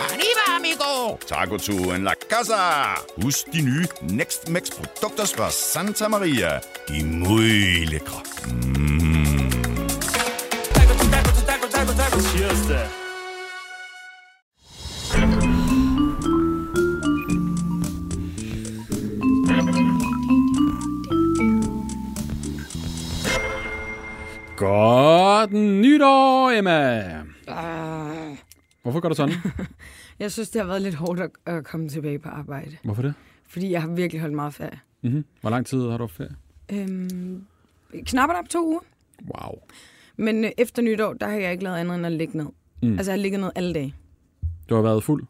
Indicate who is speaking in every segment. Speaker 1: Arriba, amigo!
Speaker 2: Taco to en la casa. Husk de nye Next Max produkter fra Santa Maria. De er muy lækre. Mm.
Speaker 3: Godt nytår, Emma! Hvorfor gør du sådan?
Speaker 4: Jeg synes, det har været lidt hårdt at, at komme tilbage på arbejde,
Speaker 3: Hvorfor det?
Speaker 4: fordi jeg har virkelig holdt meget ferie.
Speaker 3: Mm-hmm. Hvor lang tid har du haft ferie?
Speaker 4: Øhm, knapper op to uger,
Speaker 3: Wow.
Speaker 4: men øh, efter nytår, der har jeg ikke lavet andet end at ligge ned. Mm. Altså, jeg har ligget ned alle dage.
Speaker 3: Du har været fuld?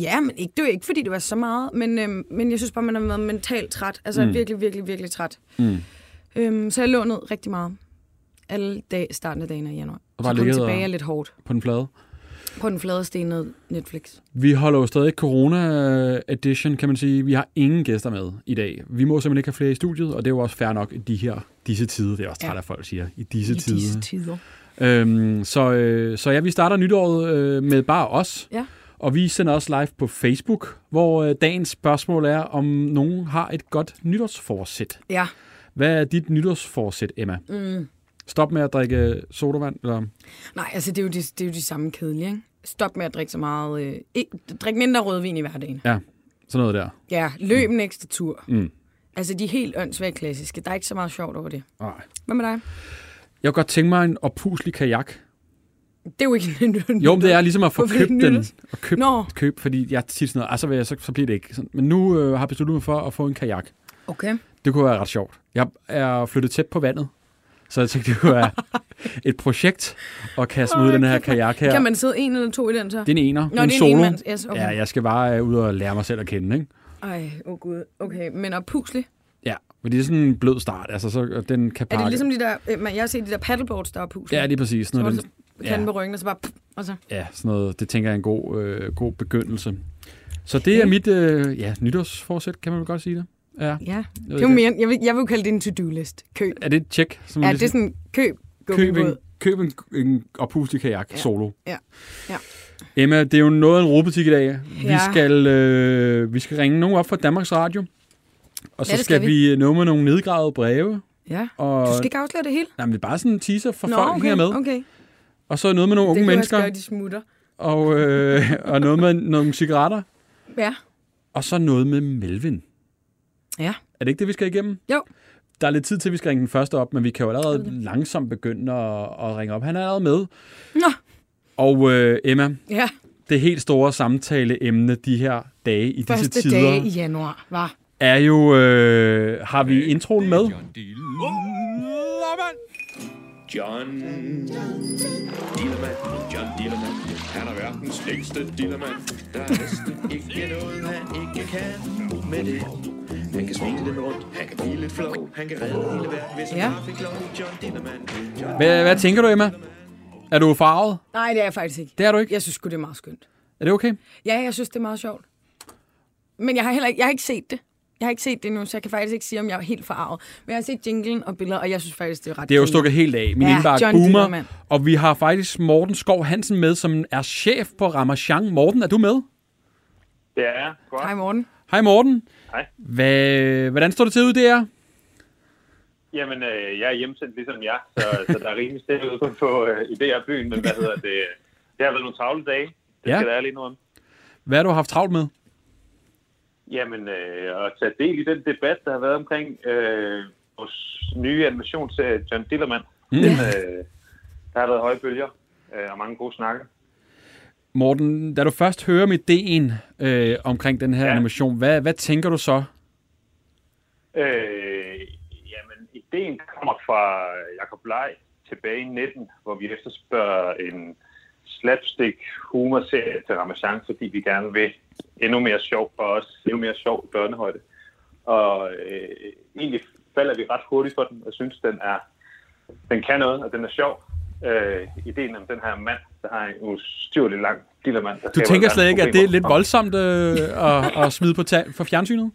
Speaker 4: Ja, men ikke, det var ikke, fordi det var så meget, men, øhm, men jeg synes bare, man har været mentalt træt. Altså, mm. virkelig, virkelig, virkelig træt.
Speaker 3: Mm.
Speaker 4: Øhm, så jeg lå ned rigtig meget. Alle dage, starten af dagen i januar.
Speaker 3: Og
Speaker 4: Og
Speaker 3: bare
Speaker 4: så kom
Speaker 3: ligget
Speaker 4: tilbage
Speaker 3: og-
Speaker 4: lidt hårdt.
Speaker 3: På den flade?
Speaker 4: På den flade sten ned Netflix.
Speaker 3: Vi holder jo stadig corona øh, edition, kan man sige. Vi har ingen gæster med i dag. Vi må simpelthen ikke have flere i studiet, og det er jo også fair nok i de her, disse tider. Det er også træt,
Speaker 4: Ja.
Speaker 3: at folk siger, i disse
Speaker 4: I
Speaker 3: tider.
Speaker 4: disse tider.
Speaker 3: Øhm, så, øh, så ja, vi starter nytåret øh, med bare os.
Speaker 4: Ja.
Speaker 3: Og vi sender også live på Facebook, hvor øh, dagens spørgsmål er, om nogen har et godt nytårsforsæt.
Speaker 4: Ja.
Speaker 3: Hvad er dit nytårsforsæt, Emma? Mm. Stop med at drikke sodavand, eller
Speaker 4: Nej, altså, det er jo de, det er jo de samme kedelige, ikke? Stop med at drikke så meget... Øh, ikke, drik mindre rødvin i hverdagen.
Speaker 3: ja, sådan noget der.
Speaker 4: Ja, løb en ekstra tur.
Speaker 3: Mm.
Speaker 4: Altså, de er helt åndssvagt klassiske. Der er ikke så meget sjovt over det.
Speaker 3: Nej.
Speaker 4: Hvad med dig?
Speaker 3: Jeg kunne godt tænke mig en oppuslig kajak.
Speaker 4: Det er jo ikke en
Speaker 3: Jo, men det er ligesom at få
Speaker 4: Hvorfor
Speaker 3: købt
Speaker 4: ikke
Speaker 3: den.
Speaker 4: nytårs?
Speaker 3: Og køb,
Speaker 4: Nå.
Speaker 3: køb, fordi jeg tit sådan noget, altså vil jeg, så, så bliver det ikke. Sådan. Men nu øh, har jeg besluttet mig for at få en kajak.
Speaker 4: Okay.
Speaker 3: Det kunne være ret sjovt. Jeg er flyttet tæt på vandet, så jeg tænkte, det kunne være et projekt at kaste mig ud i den her kajak her.
Speaker 4: Kan man sidde en eller to i den så?
Speaker 3: Det er en ener.
Speaker 4: Nå,
Speaker 3: en
Speaker 4: det er en
Speaker 3: solo.
Speaker 4: enmands- yes, okay.
Speaker 3: Ja, jeg skal bare øh, ud og lære mig selv at kende, ikke?
Speaker 4: Ej, åh oh gud. Okay, men og pusle.
Speaker 3: Ja, men det er sådan en blød start, altså så og den kan
Speaker 4: Er
Speaker 3: pakke.
Speaker 4: det ligesom de der... Øh, man- jeg har set de der paddleboards, der er pusle.
Speaker 3: Ja, lige præcis.
Speaker 4: Så
Speaker 3: Sådan
Speaker 4: var
Speaker 3: noget,
Speaker 4: det
Speaker 3: den,
Speaker 4: så kan på ryggen, og så bare... Pff, og så.
Speaker 3: ja, sådan noget, det tænker jeg er en god, øh, god begyndelse. Så det er mit øh, ja, nytårsforsæt, kan man vel godt sige det. Ja.
Speaker 4: Ja, det er
Speaker 3: ikke.
Speaker 4: jo mere... Jeg vil, jeg vil jo kalde det en to-do-list. Køb.
Speaker 3: Er det et tjek? Som
Speaker 4: Ja,
Speaker 3: man ligesom-
Speaker 4: det er sådan... Køb. Gå
Speaker 3: køb en,
Speaker 4: ud.
Speaker 3: køb en, en oppustig kajak ja. solo.
Speaker 4: Ja. Ja.
Speaker 3: Emma, det er jo noget af en rodebutik i dag. Vi,
Speaker 4: Ja.
Speaker 3: skal, øh, vi skal ringe nogen op fra Danmarks Radio, og så
Speaker 4: Ja,
Speaker 3: skal,
Speaker 4: det skal
Speaker 3: skal vi øh, nå med nogle nedgravede breve.
Speaker 4: Ja.
Speaker 3: Og,
Speaker 4: Du skal ikke afsløre det hele.
Speaker 3: Nej, men det er bare sådan en teaser for
Speaker 4: Nå,
Speaker 3: folk
Speaker 4: okay,
Speaker 3: her med.
Speaker 4: okay.
Speaker 3: Og så noget med nogle unge
Speaker 4: det
Speaker 3: mennesker,
Speaker 4: Det de smutter.
Speaker 3: og, øh, og noget med nogle cigaretter,
Speaker 4: Ja.
Speaker 3: og så noget med Melvin.
Speaker 4: Ja.
Speaker 3: Er det ikke det, vi skal igennem?
Speaker 4: Jo.
Speaker 3: Der er lidt tid til, vi skal ringe den første op, men vi kan jo allerede langsomt begynde at, at ringe op. Han er allerede med.
Speaker 4: Nå.
Speaker 3: Og øh, Emma,
Speaker 4: Ja.
Speaker 3: det helt store samtaleemne de her dage i disse
Speaker 4: Første
Speaker 3: tider
Speaker 4: dag i januar, var.
Speaker 3: er jo, øh, har vi introen med?
Speaker 5: John Dillermand, John Dillermand, han er verdens længste dillermand. Der er næsten ikke noget, han ikke kan med det. Han kan svinge den rundt, han kan blive lidt flov, han kan redde hele verden, hvis han
Speaker 4: Ja.
Speaker 5: bare fik lov. John Dillermand, John
Speaker 3: Hvad, hvad tænker du, Emma? Er du farvet?
Speaker 4: Nej, det er jeg faktisk ikke.
Speaker 3: Det er du ikke.
Speaker 4: Jeg synes sgu, det er meget skønt.
Speaker 3: Er det okay?
Speaker 4: Ja, jeg synes, det er meget sjovt. Men jeg har heller ikke, jeg har ikke set det. Jeg har ikke set det endnu, så jeg kan faktisk ikke sige, om jeg er helt forarvet. Men jeg har set jinglen og billeder, og jeg synes faktisk, det er ret
Speaker 3: Det er jo
Speaker 4: grineren.
Speaker 3: stukket helt af. Min ja,
Speaker 4: Ja,
Speaker 3: indbakke
Speaker 4: John
Speaker 3: boomer.
Speaker 4: Dillermand.
Speaker 3: Og vi har faktisk Morten Skov Hansen med, som er chef på Ramachan. Morten, er du med?
Speaker 6: Det er jeg. godt.
Speaker 4: Hej, Morten.
Speaker 3: Hej Morten.
Speaker 6: Hej.
Speaker 3: Hvad, hvordan står det til ud der?
Speaker 6: Jamen, øh, jeg er hjemsendt ligesom jeg, så, så der er rimelig stille ude på, på øh, i DR-byen, men hvad hedder det? Det har været nogle travle dage, det
Speaker 3: Ja.
Speaker 6: ja. skal der lige nu om.
Speaker 3: Hvad har du haft travlt med?
Speaker 6: Jamen, øh, at tage del i den debat, der har været omkring øh, vores nye animationsserie, John Dillermand. Mm. Den, øh, der har været høje bølger øh, og mange gode snakker.
Speaker 3: Morten, da du først hører om ideen øh, omkring den her ja.
Speaker 6: Ja.
Speaker 3: animation, hvad, hvad tænker du så?
Speaker 6: Øh, jamen, ideen kommer fra Jacob Lej tilbage i 19, hvor vi efterspørger en slapstick humorserie til Ramachan, fordi vi gerne vil endnu mere sjov og også endnu mere sjov i børnehøjde. Og øh, egentlig falder vi ret hurtigt for den og synes, den er den kan noget, og den er sjov. Øh, ideen om den her mand, der har en ustyrlig lang dillermand.
Speaker 3: Du tænker slet ikke, at det er lidt voldsomt øh, at, at smide på ta- for fjernsynet?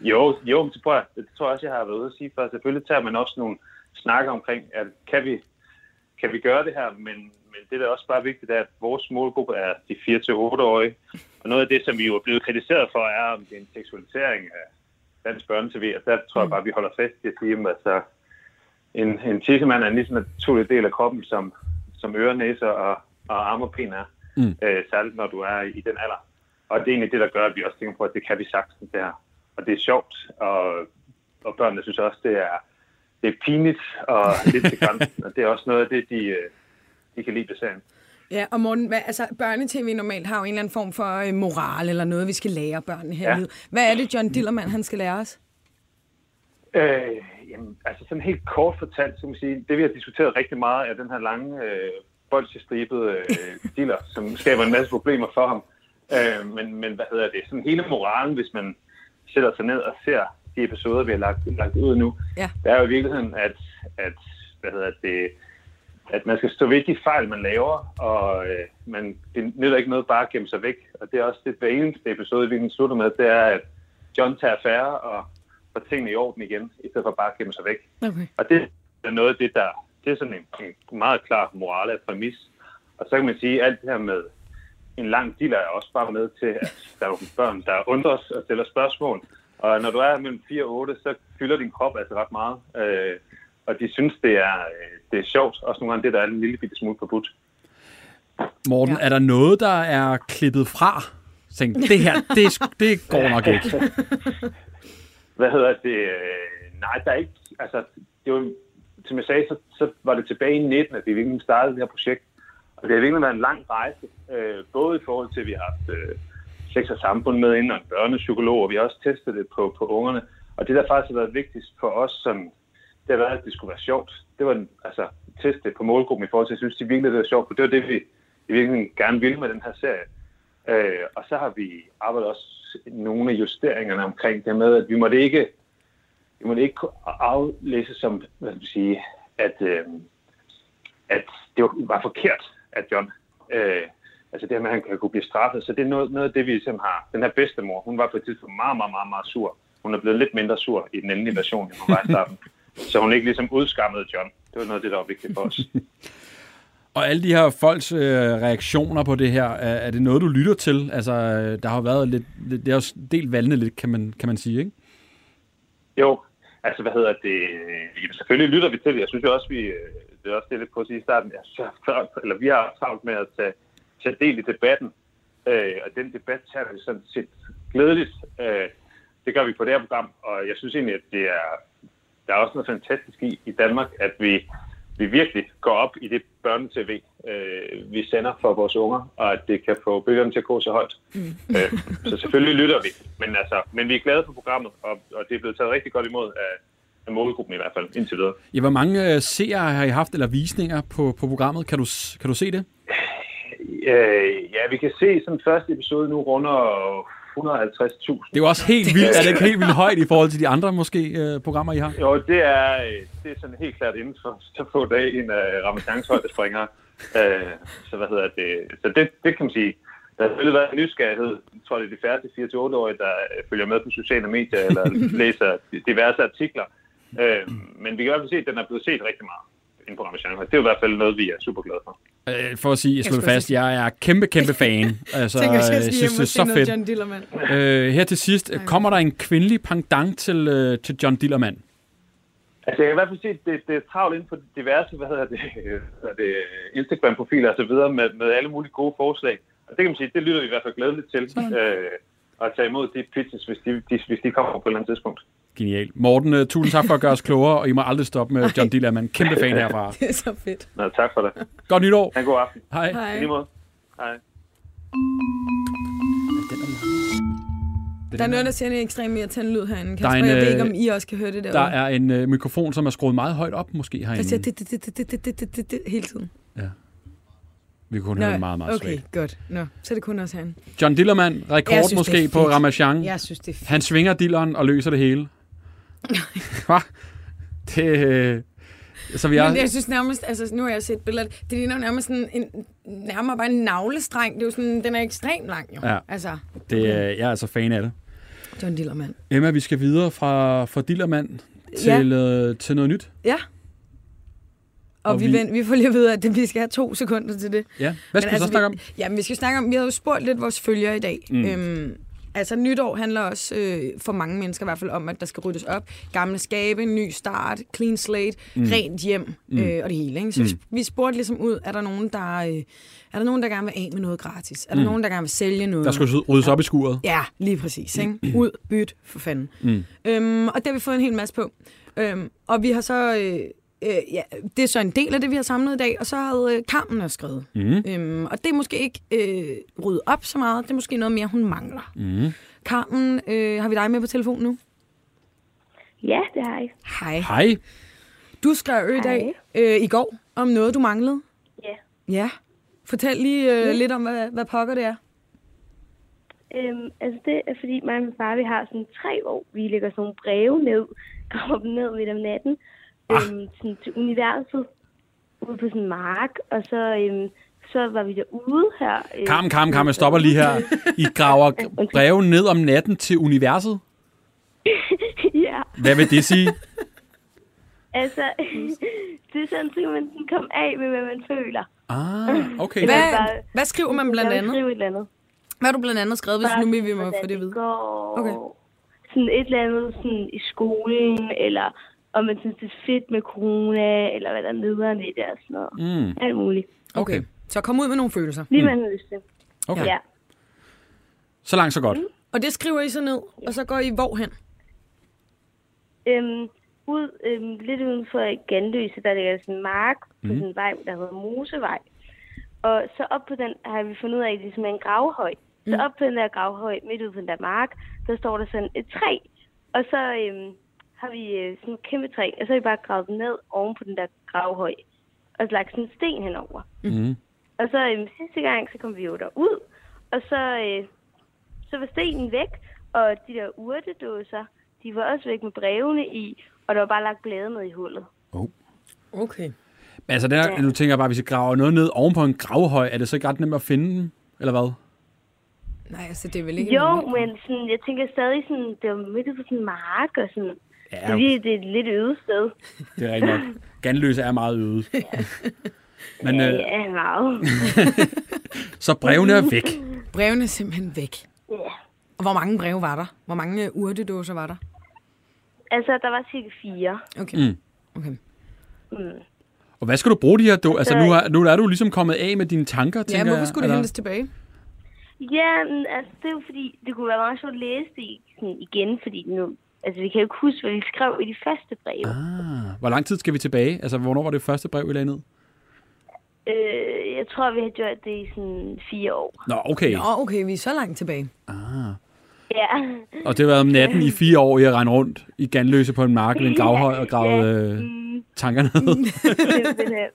Speaker 6: Jo, jo, men det tror jeg, det tror jeg også, jeg har været ude at sige før. Selvfølgelig tager man også nogle snakker omkring, at kan vi, kan vi gøre det her, men, men det, der også bare er vigtigt, er, at vores målgruppe er de 4-8-årige. Og noget af det, som vi jo er blevet kritiseret for, er, om det er en seksualisering af dansk børnetv, og der tror jeg bare, vi holder fast i at sige, at altså, en, en tissemand er en lige så naturlig del af kroppen, som, som ører, næser og, og arme og ben er, mm. øh, særligt når du er i den alder. Og det er egentlig det, der gør, at vi også tænker på, at det kan vi sagtens det her. Og det er sjovt, og, og børnene synes også, det er, det er pinligt og lidt til grænsen, og det er også noget af det, de, øh, de kan lide ved serien.
Speaker 4: Ja, og Morten, hvad, altså, børnetv normalt har jo en eller anden form for øh, moral eller noget, vi skal lære børnene her. Ja. Hvad er det, John Dillermand, han skal lære os?
Speaker 6: Øh, jamen, altså sådan helt kort fortalt, så kan man sige, det vi har diskuteret rigtig meget, er den her lange øh, bolsjestribede øh, dealer, som skaber en masse problemer for ham. Øh, men, men hvad hedder det? Sådan hele moralen, hvis man sætter sig ned og ser de episoder, vi har lagt, lagt ud nu,
Speaker 4: Ja.
Speaker 6: der er jo i virkeligheden, at, at, hvad hedder det, at man skal stå ved de fejl, man laver, og øh, man, det nytter ikke noget bare at gemme sig væk. Og det er også det, hver eneste episode, vi slutter med, det er, at John tager affære og får tingene i orden igen, i stedet for bare at gemme sig væk.
Speaker 4: Okay.
Speaker 6: Og det er noget af det, der... Det er sådan en, en meget klar morale præmis. Og så kan man sige, at alt det her med en lang deal er også bare med til, at der er nogle børn, der undres og stiller spørgsmål. Og når du er mellem 4 og 8, så fylder din krop altså ret meget. Øh, og de synes, det er, øh, det er sjovt. Også nogle gange det, der er en lille bitte smule forbudt.
Speaker 3: Morten, ja.
Speaker 4: Ja.
Speaker 3: er der noget, der er klippet fra? Tænk, det her, det, er sgu- det går nok ikke.
Speaker 6: hvad hedder det? øh, Nej, der er ikke... Altså, det var, som jeg sagde, så, så var det tilbage i 19, at vi virkelig startede det her projekt. Og det har virkelig været en lang rejse, øh, både i forhold til, at vi har haft øh, sex og samfund med ind, og en børnepsykolog, og vi har også testet det på, på ungerne. Og det, der faktisk har været vigtigst for os, som, det har været, at det skulle være sjovt. Det var den- altså teste på målgruppen i forhold til, at jeg synes, de virkelig, det var sjovt, for det var det, vi i virkeligheden gerne ville med den her serie. Øh, og så har vi arbejdet også nogle af justeringerne omkring det med, at vi måtte ikke, vi måtte ikke kunne aflæse som, hvad skal man sige, at, øh, at det var- var forkert af John. Øh, altså det her med, at han kan kunne blive straffet. Så det er noget, noget af det, vi ligesom har. Den her bedstemor, hun var på et tidspunkt meget, meget, meget, meget sur. Hun er blevet lidt mindre sur i den endelige version, end hun var i starten. Så hun ikke ligesom udskammede John. Det var noget af det, der var vigtigt for os.
Speaker 3: Og alle de her folks øh, reaktioner på det her, er, er det noget, du lytter til? Altså, øh, der har jo været lidt, lidt det har jo delt valgene lidt, kan man, kan man sige, ikke?
Speaker 6: Jo, altså hvad hedder det? Jamen, selvfølgelig lytter vi til det. Jeg synes jo også, vi, øh, det er også det, jeg lidt på at sige i starten, jeg synes, jeg har travlt, eller vi har travlt med at tage, tage del i debatten. Øh, og den debat tager vi sådan set glædeligt. Øh, det gør vi på det her program, og jeg synes egentlig, at det er, der er også noget fantastisk i, i Danmark, at vi, vi virkelig går op i det børnetv, øh, vi sender for vores unger, og at det kan få bølgerne til at gå så højt. Øh, så selvfølgelig lytter vi, men, altså, men vi er glade for programmet, og, og det er blevet taget rigtig godt imod af, af målgruppen i hvert fald, indtil videre.
Speaker 3: Ja, hvor mange øh, seere har I haft, eller visninger på, på programmet? Kan du, s- kan du se det?
Speaker 6: Øh, ja, vi kan se, som første episode nu runder 150.000.
Speaker 3: Det er jo også helt vildt, er det ikke helt vildt højt i forhold til de andre måske øh, programmer, I har?
Speaker 6: Jo, det er, øh, det er sådan helt klart inden for så få dage, en af Ramazans hold, der springer. Øh, så hvad hedder det? Så det, det kan man sige. Der har selvfølgelig været en nysgerrighed. Jeg tror, det er de færreste 4-8-årige, der øh, følger med på sociale medier eller læser diverse artikler. Øh, men vi kan i hvert fald se, at den er blevet set rigtig meget inden på Ramazan. Det er jo i hvert fald noget, vi er super glade for.
Speaker 3: Øh, for at sige, jeg slår det
Speaker 4: skulle
Speaker 3: fast, jeg er kæmpe, kæmpe fan. Altså,
Speaker 4: Tænk, hvis jeg
Speaker 3: jeg
Speaker 4: skal
Speaker 3: synes,
Speaker 4: hjem
Speaker 3: det er
Speaker 4: og se
Speaker 3: så
Speaker 4: noget
Speaker 3: fedt.
Speaker 4: John Dillermand.
Speaker 3: Øh, her til sidst, øh, kommer der en kvindelig pendant til, øh, til John Dillermand?
Speaker 6: Altså, jeg kan i hvert fald se, at det, det er travlt inden på diverse, hvad hedder det, hvad hedder det Instagram-profiler og så videre med, med alle mulige gode forslag. Og det kan man sige, det lytter vi i hvert fald glædeligt til. Øh, at tage imod de pitches, hvis de, de, hvis de kommer på et eller andet tidspunkt.
Speaker 3: Genial. Morten, øh, tusind tak for at gøre os klogere, og I må aldrig stoppe med John Dillermand. Kæmpe fan herfra.
Speaker 4: Det er så fedt.
Speaker 6: Nå, tak for det.
Speaker 3: Godt nytår.
Speaker 6: Ha' en god aften.
Speaker 3: Hej.
Speaker 6: I
Speaker 4: Hej.
Speaker 6: lige måde. Hej.
Speaker 4: Der er noget, der siger en ekstremt irriterende lyd herinde, Kasper.
Speaker 3: Der er en,
Speaker 4: jeg ved
Speaker 3: øh,
Speaker 4: ikke, om I også kan høre det
Speaker 3: Der
Speaker 4: derude.
Speaker 3: er en øh, mikrofon, som er skruet meget højt op måske
Speaker 4: Der siger
Speaker 3: herinde.
Speaker 4: det, det, det, det, det, det, det, det, det, hele tiden.
Speaker 3: Vi kunne kun høre det meget, meget
Speaker 4: okay,
Speaker 3: svagt.
Speaker 4: godt. Nå, så er det kun også herinde.
Speaker 3: John Dillermand, rekord
Speaker 1: Jeg synes, det
Speaker 3: måske
Speaker 1: er
Speaker 3: på
Speaker 1: fedt.
Speaker 3: Ramachan.
Speaker 1: Jeg synes, det er fedt.
Speaker 3: Han svinger dilleren og løser det hele. Hva? Det... Øh, så vi
Speaker 4: Men
Speaker 3: er...
Speaker 4: jeg synes nærmest, altså nu har jeg set billeder, det ligner jo nærmest sådan en, nærmere bare en navlestreng. Det er jo sådan, den er ekstremt lang jo.
Speaker 3: Ja.
Speaker 4: Altså,
Speaker 3: Det, øh, jeg er altså fan af det.
Speaker 4: John Dillermand.
Speaker 3: Emma, vi skal videre fra, fra Dillermand til, ja. øh, til noget nyt.
Speaker 4: Ja. Og,
Speaker 3: Og
Speaker 4: og vi,
Speaker 3: vi-
Speaker 4: vi, vi får lige at vide, at det- vi skal have to sekunder til det.
Speaker 3: Ja. Hvad skal vi så snakke om?
Speaker 4: altså, Vi, jamen, vi skal snakke om, vi havde jo spurgt lidt vores følgere i dag. Mm. Øhm, altså, nytår handler også øh, for mange mennesker i hvert fald om, at der skal ryddes op. Gamle skabe, ny start, clean slate, mm. rent hjem mm. øh, og det hele. Ikke? Så mm. vi, vi spurgte ligesom ud, er der nogen, der, øh, er der nogen, der gerne vil af med noget gratis? Er der mm. nogen, der gerne vil sælge noget?
Speaker 3: Der skal ryddes op i skuret.
Speaker 4: Ja, lige præcis. Ikke? Ud, byt, for fanden. Mm. Øhm, og det har vi fået en hel masse på. Øhm, og vi har så... Øh, øh, ja, det er så en del af det, vi har samlet i dag, og så havde øh, Carmen også skrevet. Mm. Øhm, og det er måske ikke øh, ryddet op så meget, det er måske noget mere, hun mangler. Mm. Carmen, øh, har vi dig med på telefon nu?
Speaker 1: Ja, det har jeg.
Speaker 4: Hej.
Speaker 3: Hej.
Speaker 4: Du skrev jo i dag, øh, i går, om noget, du manglede.
Speaker 1: Ja.
Speaker 4: Ja. Fortæl lige
Speaker 1: Mm.
Speaker 4: øh, lidt om, hvad, hvad pokker det er.
Speaker 1: Øhm, altså det er fordi mig og min far, vi har sådan tre år, vi lægger sådan nogle breve ned, kommer dem ned midt om natten, øhm, sådan til universet, ude på sådan en mark, og så, øhm, så var vi derude her. Øh,
Speaker 3: Kam, kam, kam, jeg stopper lige her. I graver breve ned om natten til universet.
Speaker 1: ja,
Speaker 3: Hvad vil det sige?
Speaker 1: altså, det er sådan, så kan man sådan komme af med, hvad man føler.
Speaker 3: Ah, okay.
Speaker 1: Hvad-
Speaker 4: Hvad,
Speaker 1: bare-
Speaker 4: hvad skriver man blandt
Speaker 1: Jeg vil
Speaker 4: andet?
Speaker 1: Skrive et eller andet.
Speaker 4: Hvad har du blandt andet skrevet, hvis
Speaker 1: Bare
Speaker 4: nu vi
Speaker 1: sådan,
Speaker 4: vi må
Speaker 1: hvordan
Speaker 4: få det at vide?
Speaker 1: går.
Speaker 4: Okay.
Speaker 1: Sådan et eller andet sådan i skolen, eller om man synes, det er fedt med corona, eller hvad der er nederen i det, og sådan noget. Mm. Alt muligt.
Speaker 4: Okay. okay. Så kom ud med nogle følelser.
Speaker 1: Lige hvad man har lyst til.
Speaker 3: Okay.
Speaker 1: Ja. Mm.
Speaker 3: Så langt, så godt.
Speaker 4: Og det skriver I så ned, og så går I hvorhen?
Speaker 1: Øhm, ud, øhm, lidt uden for Gandøse, der ligger sådan en mark på sådan en vej, der hedder Mosevej. Og så op på den har vi fundet ud af, at det ligesom er en gravhøj. Så op på den der gravhøj, midt ude på den der mark, der står der sådan et træ. Og så øhm, har vi øh, sådan et kæmpe træ, og så har vi bare gravet den ned oven på den der gravhøj. Og lagt sådan en sten henover.
Speaker 3: Mhm.
Speaker 1: Og så øhm, sidste gang, så kom vi jo derud, og så, øh, så var stenen væk, og de der urtedåser, de var også væk med brevene i, og der var bare lagt blade med i hullet.
Speaker 4: Okay.
Speaker 3: Altså, der, nu tænker jeg bare, hvis I graver noget ned oven på en gravhøj, er det så ikke ret nemt at finde den? Eller hvad?
Speaker 4: Nej, altså det er vel ikke...
Speaker 1: Jo,
Speaker 4: en-
Speaker 1: men sådan, jeg tænker stadig, sådan, det var midt ude på sådan en mark, og sådan.
Speaker 3: Ja,
Speaker 1: Ja, okay. Det er et lidt øde sted.
Speaker 3: det er rigtigt nok. Ganløse er meget øde. Men øh,
Speaker 1: Ja, meget.
Speaker 3: så brevene er væk.
Speaker 4: Brevene er simpelthen væk.
Speaker 1: Ja.
Speaker 4: Og hvor mange breve var der? Hvor mange øh, urtedåser var der?
Speaker 1: Altså, der var cirka fire.
Speaker 4: Okay.
Speaker 3: Mm.
Speaker 4: okay.
Speaker 3: Og hvad skal du bruge de her dåser? Altså, nu, har, nu er du ligesom kommet af med dine tanker, tænker
Speaker 4: Ja, hvorfor skulle det
Speaker 3: jeg, Altså, eller-
Speaker 4: hentes tilbage?
Speaker 1: Ja, men, altså, det er jo fordi, det kunne være meget sjovt at læse det i- sådan, igen, fordi nu, altså, vi kan jo ikke huske, hvad vi skrev i de første breve.
Speaker 3: Ah, hvor lang tid skal vi tilbage? Altså, hvornår var det første brev, I lagde ned?
Speaker 1: Øh, jeg tror, vi har gjort det i sådan fire år.
Speaker 3: Nå, okay.
Speaker 4: Åh, oh, okay, vi er så langt tilbage.
Speaker 1: Ja.
Speaker 3: Og det har været om natten i fire år, jeg rendte rundt i Ganløse på en mark ved en gravhøj og gravede øh, tankerne ned.
Speaker 1: simpelthen.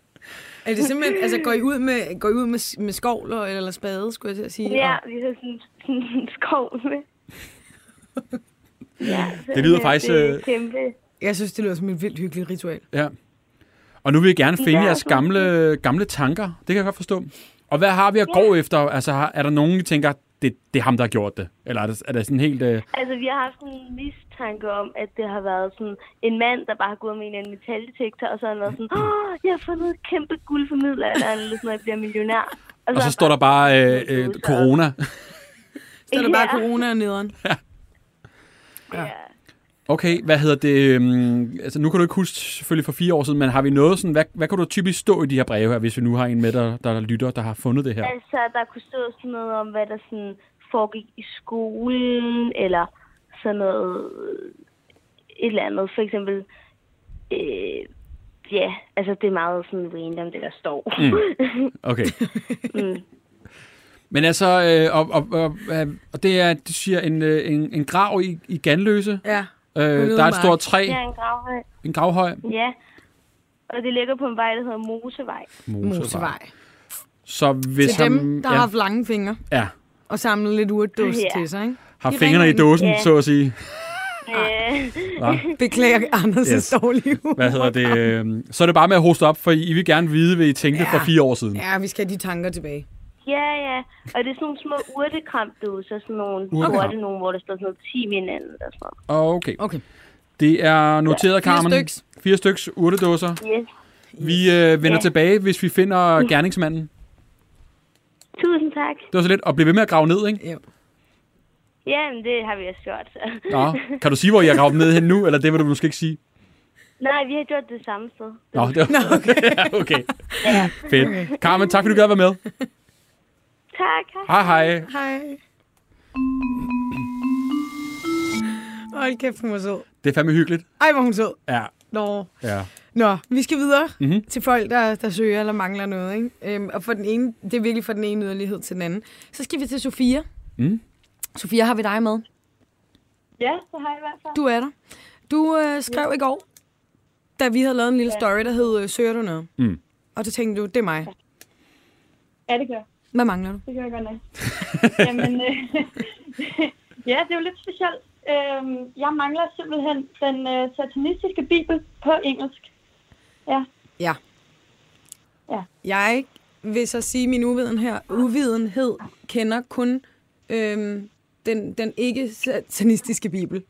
Speaker 4: Er det simpelthen... altså, går I ud med, går I ud med, s- med skovler eller spade, skulle jeg til at sige?
Speaker 1: ja,
Speaker 4: Og-
Speaker 1: vi har sådan sådan en skov med. Ja,
Speaker 3: Det lyder
Speaker 1: simpelthen,
Speaker 3: faktisk,
Speaker 1: Det er
Speaker 3: øh,
Speaker 1: kæmpe.
Speaker 4: Jeg synes, det lyder som et vildt hyggeligt ritual.
Speaker 3: Ja. Og nu vil jeg gerne finde
Speaker 1: Ja,
Speaker 3: jeres
Speaker 1: så-
Speaker 3: gamle, gamle tanker. Det kan jeg godt forstå. Og hvad har vi at gå efter? Altså, har- er der nogen, der tænker, det, det er ham, der har gjort det? Eller er det, er det sådan helt... Øh,
Speaker 1: Altså, vi har haft en mistanke om, at det har været sådan en mand, der bare har gået med en eller anden metaldetektor, og så har han været sådan, åh, jeg har fundet et kæmpe guld for middelalderen, eller sådan, at jeg bliver millionær.
Speaker 3: og så står der bare øh, øh, corona.
Speaker 4: Så er der bare
Speaker 1: Ja.
Speaker 4: corona og nederen.
Speaker 1: Ja.
Speaker 3: Okay, hvad hedder det? øhm, Altså, nu kan du ikke huske selvfølgelig for fire år siden, men har vi noget sådan... Hvad, hvad kan du typisk stå i de her breve her, hvis vi nu har en med, der, der lytter, der har fundet det her?
Speaker 1: Altså, der kunne stå sådan noget om, hvad der sådan foregik i skolen, eller sådan noget, øh, et eller andet. For eksempel, øh, ja, altså det er meget sådan random, det der står. Mm.
Speaker 3: Okay.
Speaker 4: Mm.
Speaker 3: Men altså, øh, og, og, og, øh, og det er, du siger, en, øh, en, en grav i, i Ganløse.
Speaker 4: Ja.
Speaker 3: Øh,
Speaker 4: ude
Speaker 3: der er
Speaker 4: i
Speaker 3: et stort
Speaker 4: marken.
Speaker 3: træ,
Speaker 1: ja, en gravhøj.
Speaker 3: en gravhøj.
Speaker 1: Ja, og det ligger på en vej, der hedder Mosevej.
Speaker 4: Mosevej.
Speaker 3: Så hvis
Speaker 4: Til dem,
Speaker 3: ham,
Speaker 4: der
Speaker 3: ja,
Speaker 4: har haft lange fingre
Speaker 3: ja,
Speaker 4: og samlet lidt urtedås
Speaker 1: Ja.
Speaker 4: til sig, ikke?
Speaker 3: har
Speaker 4: de
Speaker 3: fingrene i
Speaker 4: ringer ind.
Speaker 3: dåsen,
Speaker 1: Ja.
Speaker 3: så at sige.
Speaker 1: Øh,
Speaker 4: Beklager Anders'
Speaker 3: Yes.
Speaker 4: yes. dårlige humor.
Speaker 3: Hvad hedder det? Øh, så er det bare med at hoste op, for I, I vil gerne vide, hvad I tænkte
Speaker 4: Ja.
Speaker 3: for fire år siden.
Speaker 4: Ja, vi skal have de tanker tilbage.
Speaker 1: ja, ja, og det er sådan nogle små urtekramdåser, sådan nogle
Speaker 3: Urtekram.
Speaker 1: sorte nogle, hvor der står sådan noget 10 i hinanden, eller sådan noget.
Speaker 3: Okay.
Speaker 4: Okay.
Speaker 3: Det er noteret, Carmen.
Speaker 4: styks.
Speaker 3: Fire styks urtedåser.
Speaker 1: Yes.
Speaker 3: Vi øh, vender ja. tilbage, hvis vi finder gerningsmanden.
Speaker 1: Tusind tak.
Speaker 3: Det var så lidt. Og blive ved med at grave ned, ikke?
Speaker 4: Jo.
Speaker 1: Jamen, det har vi også gjort. Så.
Speaker 3: Nå. Kan du sige, hvor jeg har gravet dem ned hen nu, eller det vil du måske ikke sige?
Speaker 1: Nej, vi har gjort det samme sted.
Speaker 3: Nå, det var... Nå, okay. okay. Fedt. Carmen, tak fordi du gad at være med.
Speaker 1: Tak.
Speaker 3: Hej hej.
Speaker 4: Hej. Hold kæft, hun var sød.
Speaker 3: Det er fandme hyggeligt.
Speaker 4: Ej, hvor hun sød.
Speaker 3: Ja,
Speaker 4: Nå.
Speaker 3: ja.
Speaker 4: Nå, vi skal videre
Speaker 3: Mhm.
Speaker 4: mm-hmm. til folk, der, der søger eller mangler noget. Ikke? Øhm, og for den ene, det er virkelig fra den ene yderlighed til den anden. Så skal vi til Sofia.
Speaker 3: Mm.
Speaker 4: Sofia, har vi dig med?
Speaker 1: Ja, så har jeg i hvert fald.
Speaker 4: Du er der. Du øh, skrev i går, da vi havde lavet en lille story, der hed øh, Søger du noget?
Speaker 3: Mm.
Speaker 4: Og så tænkte du, det er mig.
Speaker 7: Ja, det gør jeg.
Speaker 4: Hvad mangler du?
Speaker 7: Det gør jeg godt nok. Jamen, øh, ja, det er jo lidt specielt. Øhm, jeg mangler simpelthen den øh, satanistiske bibel på engelsk.
Speaker 4: Ja.
Speaker 7: Ja.
Speaker 4: Jeg vil så sige, at min uviden her, uvidenhed kender kun øhm, den, den ikke satanistiske bibel.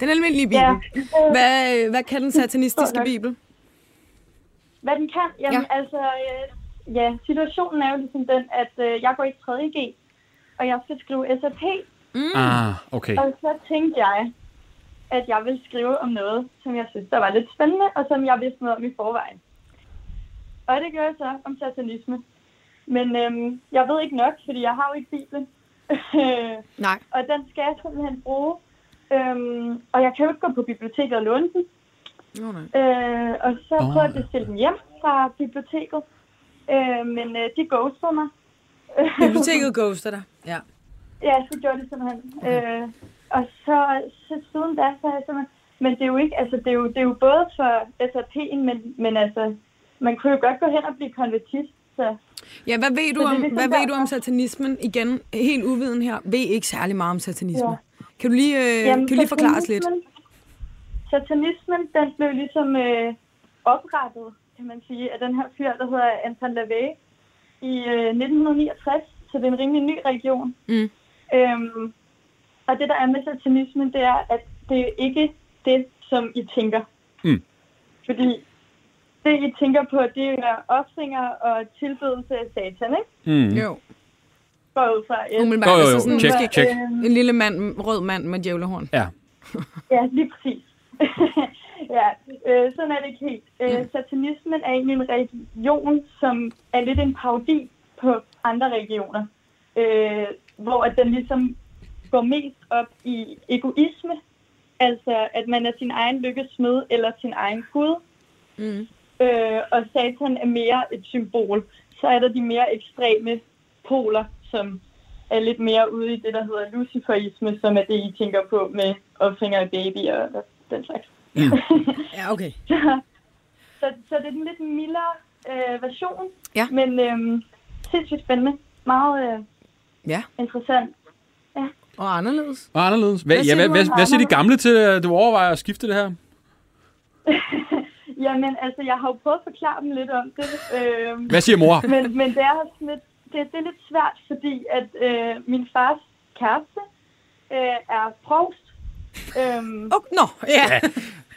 Speaker 4: Den almindelige bibel.
Speaker 7: Ja. Øh,
Speaker 4: Hvad, øh, hvad kan den satanistiske
Speaker 7: Forstår nok.
Speaker 4: bibel?
Speaker 7: Hvad den kan? Jamen,
Speaker 4: Ja.
Speaker 7: ja. altså, øh, ja, situationen er jo ligesom den, at øh, jeg går i 3.G, og jeg skal skrive SAP,
Speaker 3: Ah, okay.
Speaker 7: og så tænkte jeg, at jeg ville skrive om noget, som jeg synes, der var lidt spændende, og som jeg vidste noget om i forvejen. Og det gør jeg så om satanisme. Men øhm, jeg ved ikke nok, fordi jeg har jo ikke Bibelen.
Speaker 4: Nej.
Speaker 7: og den skal jeg simpelthen bruge. Øhm, og jeg kan jo ikke gå på biblioteket og låne den.
Speaker 4: Oh, nej.
Speaker 7: Øh, og så
Speaker 3: Åh.
Speaker 7: oh. prøvede jeg at bestille den hjem fra biblioteket. Øh, men øh, de ghostede mig.
Speaker 4: Biblioteket ghoster dig. Ja.
Speaker 7: Ja, så gjorde det simpelthen. Okay. Øh, og så, så siden da, så har jeg simpelthen... Men det er jo ikke, altså det er jo, det er jo både for SRP'en, men, men altså, man kunne jo godt gå hen og blive konvertit. Så
Speaker 4: ja, hvad ved du
Speaker 7: Så det er
Speaker 4: om,
Speaker 7: ligesom
Speaker 4: hvad ved du om
Speaker 7: derfor.
Speaker 4: satanismen? Igen, helt uviden her, ved ikke særlig meget om satanisme.
Speaker 7: Ja.
Speaker 4: Kan du lige, øh, kan du lige forklare os lidt?
Speaker 7: satanismen- Satanismen, den blev ligesom øh, oprettet, kan man sige, af den her fyr, der hedder Anton LaVey i øh, 1969, så det er en rimelig ny religion.
Speaker 4: Mm.
Speaker 7: Øhm, og det, der er med satanismen, det er, at det er ikke det, som I tænker.
Speaker 3: Mm.
Speaker 7: Fordi det, I tænker på, det er offringer og tilbedelse af satan, ikke?
Speaker 3: Mm.
Speaker 4: Jo,
Speaker 7: Går jeg ud fra, ja.
Speaker 4: umiddelbart.
Speaker 3: Jo, jo, jo.
Speaker 4: Altså sådan,
Speaker 3: Check,
Speaker 4: måske
Speaker 3: check.
Speaker 7: Øhm,
Speaker 4: En lille mand, rød mand med djævlehorn.
Speaker 3: Ja.
Speaker 7: Ja, lige præcis. ja, øh, sådan er det ikke helt. Øh, satanismen er egentlig en religion, som er lidt en parodi på andre religioner, øh, hvor at den ligesom går mest op i egoisme, altså at man er sin egen lykkesmed eller sin egen gud,
Speaker 4: Mm.
Speaker 7: øh, og satan er mere et symbol. Så er der de mere ekstreme poler, som er lidt mere ude i det, der hedder luciferisme, som er det, I tænker på med offringer af babyer og den slags.
Speaker 4: Ja, okay.
Speaker 7: Så, så det er den lidt mildere øh, version,
Speaker 4: Ja.
Speaker 7: men øh, sindssygt spændende. Meget øh,
Speaker 4: Ja,
Speaker 7: interessant.
Speaker 4: og anderledes.
Speaker 3: Og anderledes. Hvad, hvad,
Speaker 4: siger
Speaker 3: ja, hvad,
Speaker 4: du
Speaker 3: hvad,
Speaker 4: om
Speaker 3: hvad siger de gamle til, at du overvejer at skifte det her?
Speaker 7: Jamen, altså, jeg har jo prøvet at forklare dem lidt om det. Øh,
Speaker 3: Hvad siger mor?
Speaker 7: men, men det, er sådan lidt, det, det er lidt svært, fordi at øh, min fars kæreste øh, er provst. Øhm,
Speaker 4: Åh, oh, nå, ja.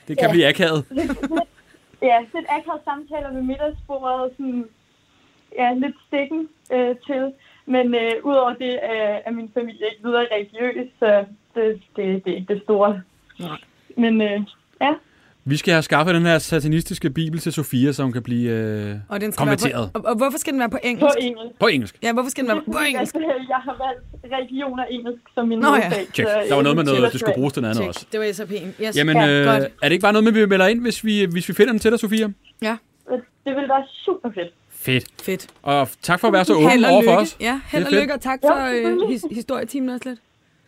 Speaker 3: Det kan blive akavet.
Speaker 7: Ja, lidt akavet samtaler ved middagsbordet, og sådan, ja, lidt stikken øh, til. Men øh, udover det øh, er min familie ikke videre religiøs, så det, det, det er ikke det store.
Speaker 4: Nej.
Speaker 7: Men øh, ja,
Speaker 3: Vi skal have skaffet den her satanistiske bibel til Sofia, som kan blive øh,
Speaker 4: Og, den skal være
Speaker 3: kommenteret.
Speaker 4: på, og, og hvorfor skal den være på
Speaker 7: på
Speaker 4: engelsk?
Speaker 7: engelsk.
Speaker 3: På engelsk.
Speaker 4: Ja, hvorfor skal den være på engelsk?
Speaker 7: Altså, jeg har valgt religion og engelsk som min
Speaker 4: Nå ja.
Speaker 7: hovedfag,
Speaker 3: Check.
Speaker 7: så,
Speaker 3: Der var noget med
Speaker 7: øh,
Speaker 3: noget,
Speaker 7: Taylor
Speaker 3: det skulle
Speaker 7: Swift.
Speaker 3: bruges til noget andet også.
Speaker 4: Check. Det var SRP'en. Yes.
Speaker 3: Jamen,
Speaker 4: ja,
Speaker 3: øh,
Speaker 4: godt.
Speaker 3: er det ikke bare noget med, vi melder ind, hvis vi, hvis vi finder dem til dig, Sofia?
Speaker 7: Øh, Det ville være super fedt.
Speaker 3: Fedt.
Speaker 4: Fedt. Uh,
Speaker 3: Og tak for at være så
Speaker 4: Held
Speaker 3: åben
Speaker 4: og
Speaker 3: over for
Speaker 4: lykke.
Speaker 3: os.
Speaker 4: Ja, held
Speaker 3: Det er
Speaker 4: og
Speaker 3: fedt.
Speaker 4: lykke, og tak for
Speaker 7: Ja,
Speaker 4: øh,
Speaker 7: selvfølgelig.
Speaker 4: his- historietimen også lidt.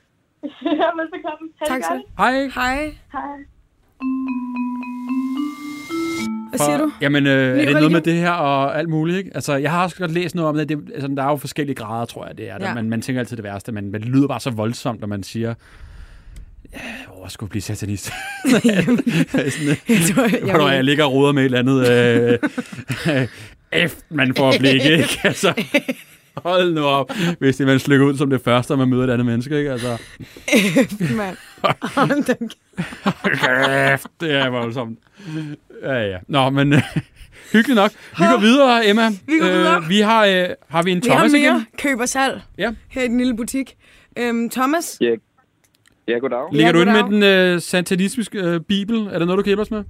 Speaker 7: Velbekomme. Ha'
Speaker 4: Tak
Speaker 7: det
Speaker 4: så.
Speaker 7: godt.
Speaker 3: Hej.
Speaker 4: Hej.
Speaker 7: Hej.
Speaker 4: Hvad siger du?
Speaker 3: Jamen, øh, er det noget
Speaker 4: religion?
Speaker 3: med det her og alt muligt, ikke? Altså, jeg har også godt læst noget om det. det altså, der er jo forskellige grader, tror jeg, det er. Ja.
Speaker 4: Ja.
Speaker 3: Man, man tænker altid det værste, men, men det lyder bare så voldsomt, når man siger, "Ja, åh, jeg skulle blive satanist. Sådan, øh,
Speaker 4: Jeg tror, jeg,
Speaker 3: Hvor jeg ligger og roder med et eller andet øh, øh, F, man får blik, ikke? Altså, hold nu op, hvis det man slykker ud som det første, og man møder et andet menneske, ikke? Altså,
Speaker 4: mand. Hold da kæft.
Speaker 3: kæft, det er voldsomt. Ja, ja. Nå, men øh, Hyggeligt nok. Vi går videre, Emma.
Speaker 4: Vi går videre.
Speaker 3: Øh, vi har, øh, har vi en
Speaker 4: Vi har
Speaker 3: Thomas
Speaker 4: mere
Speaker 3: igen?
Speaker 4: køb og salg
Speaker 3: Ja.
Speaker 4: her i den lille butik. Øhm, Thomas,
Speaker 8: Ja, ja goddag.
Speaker 3: Ligger du inde med
Speaker 4: goddag.
Speaker 3: den øh, santanistiske øh, bibel? Er der noget, du kan hjælpe os med?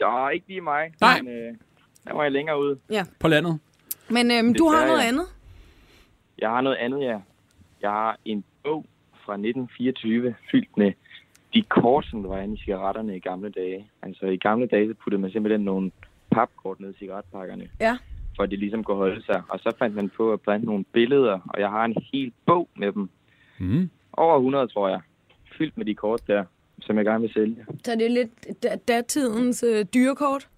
Speaker 8: Ja, ikke lige mig.
Speaker 3: Nej.
Speaker 8: Men, øh, der var jeg længere ude.
Speaker 3: På landet?
Speaker 4: men øhm, du har
Speaker 8: Desværre,
Speaker 4: noget
Speaker 8: ja.
Speaker 4: andet.
Speaker 8: Jeg har noget andet, ja. Jeg har en bog fra 1924, fyldt med de kort, som der var inde i cigaretterne i gamle dage. Altså i gamle dage, så puttede man simpelthen nogle papkort ned i cigaretpakkerne.
Speaker 4: Ja.
Speaker 8: For at de ligesom kunne holde sig. Og så fandt man på at blande nogle billeder, og jeg har en hel bog med dem.
Speaker 3: Mm.
Speaker 8: Over 100, tror jeg. Fyldt med de kort der, som jeg gerne vil sælge.
Speaker 4: Så det er lidt da- datidens øh, dyrekort,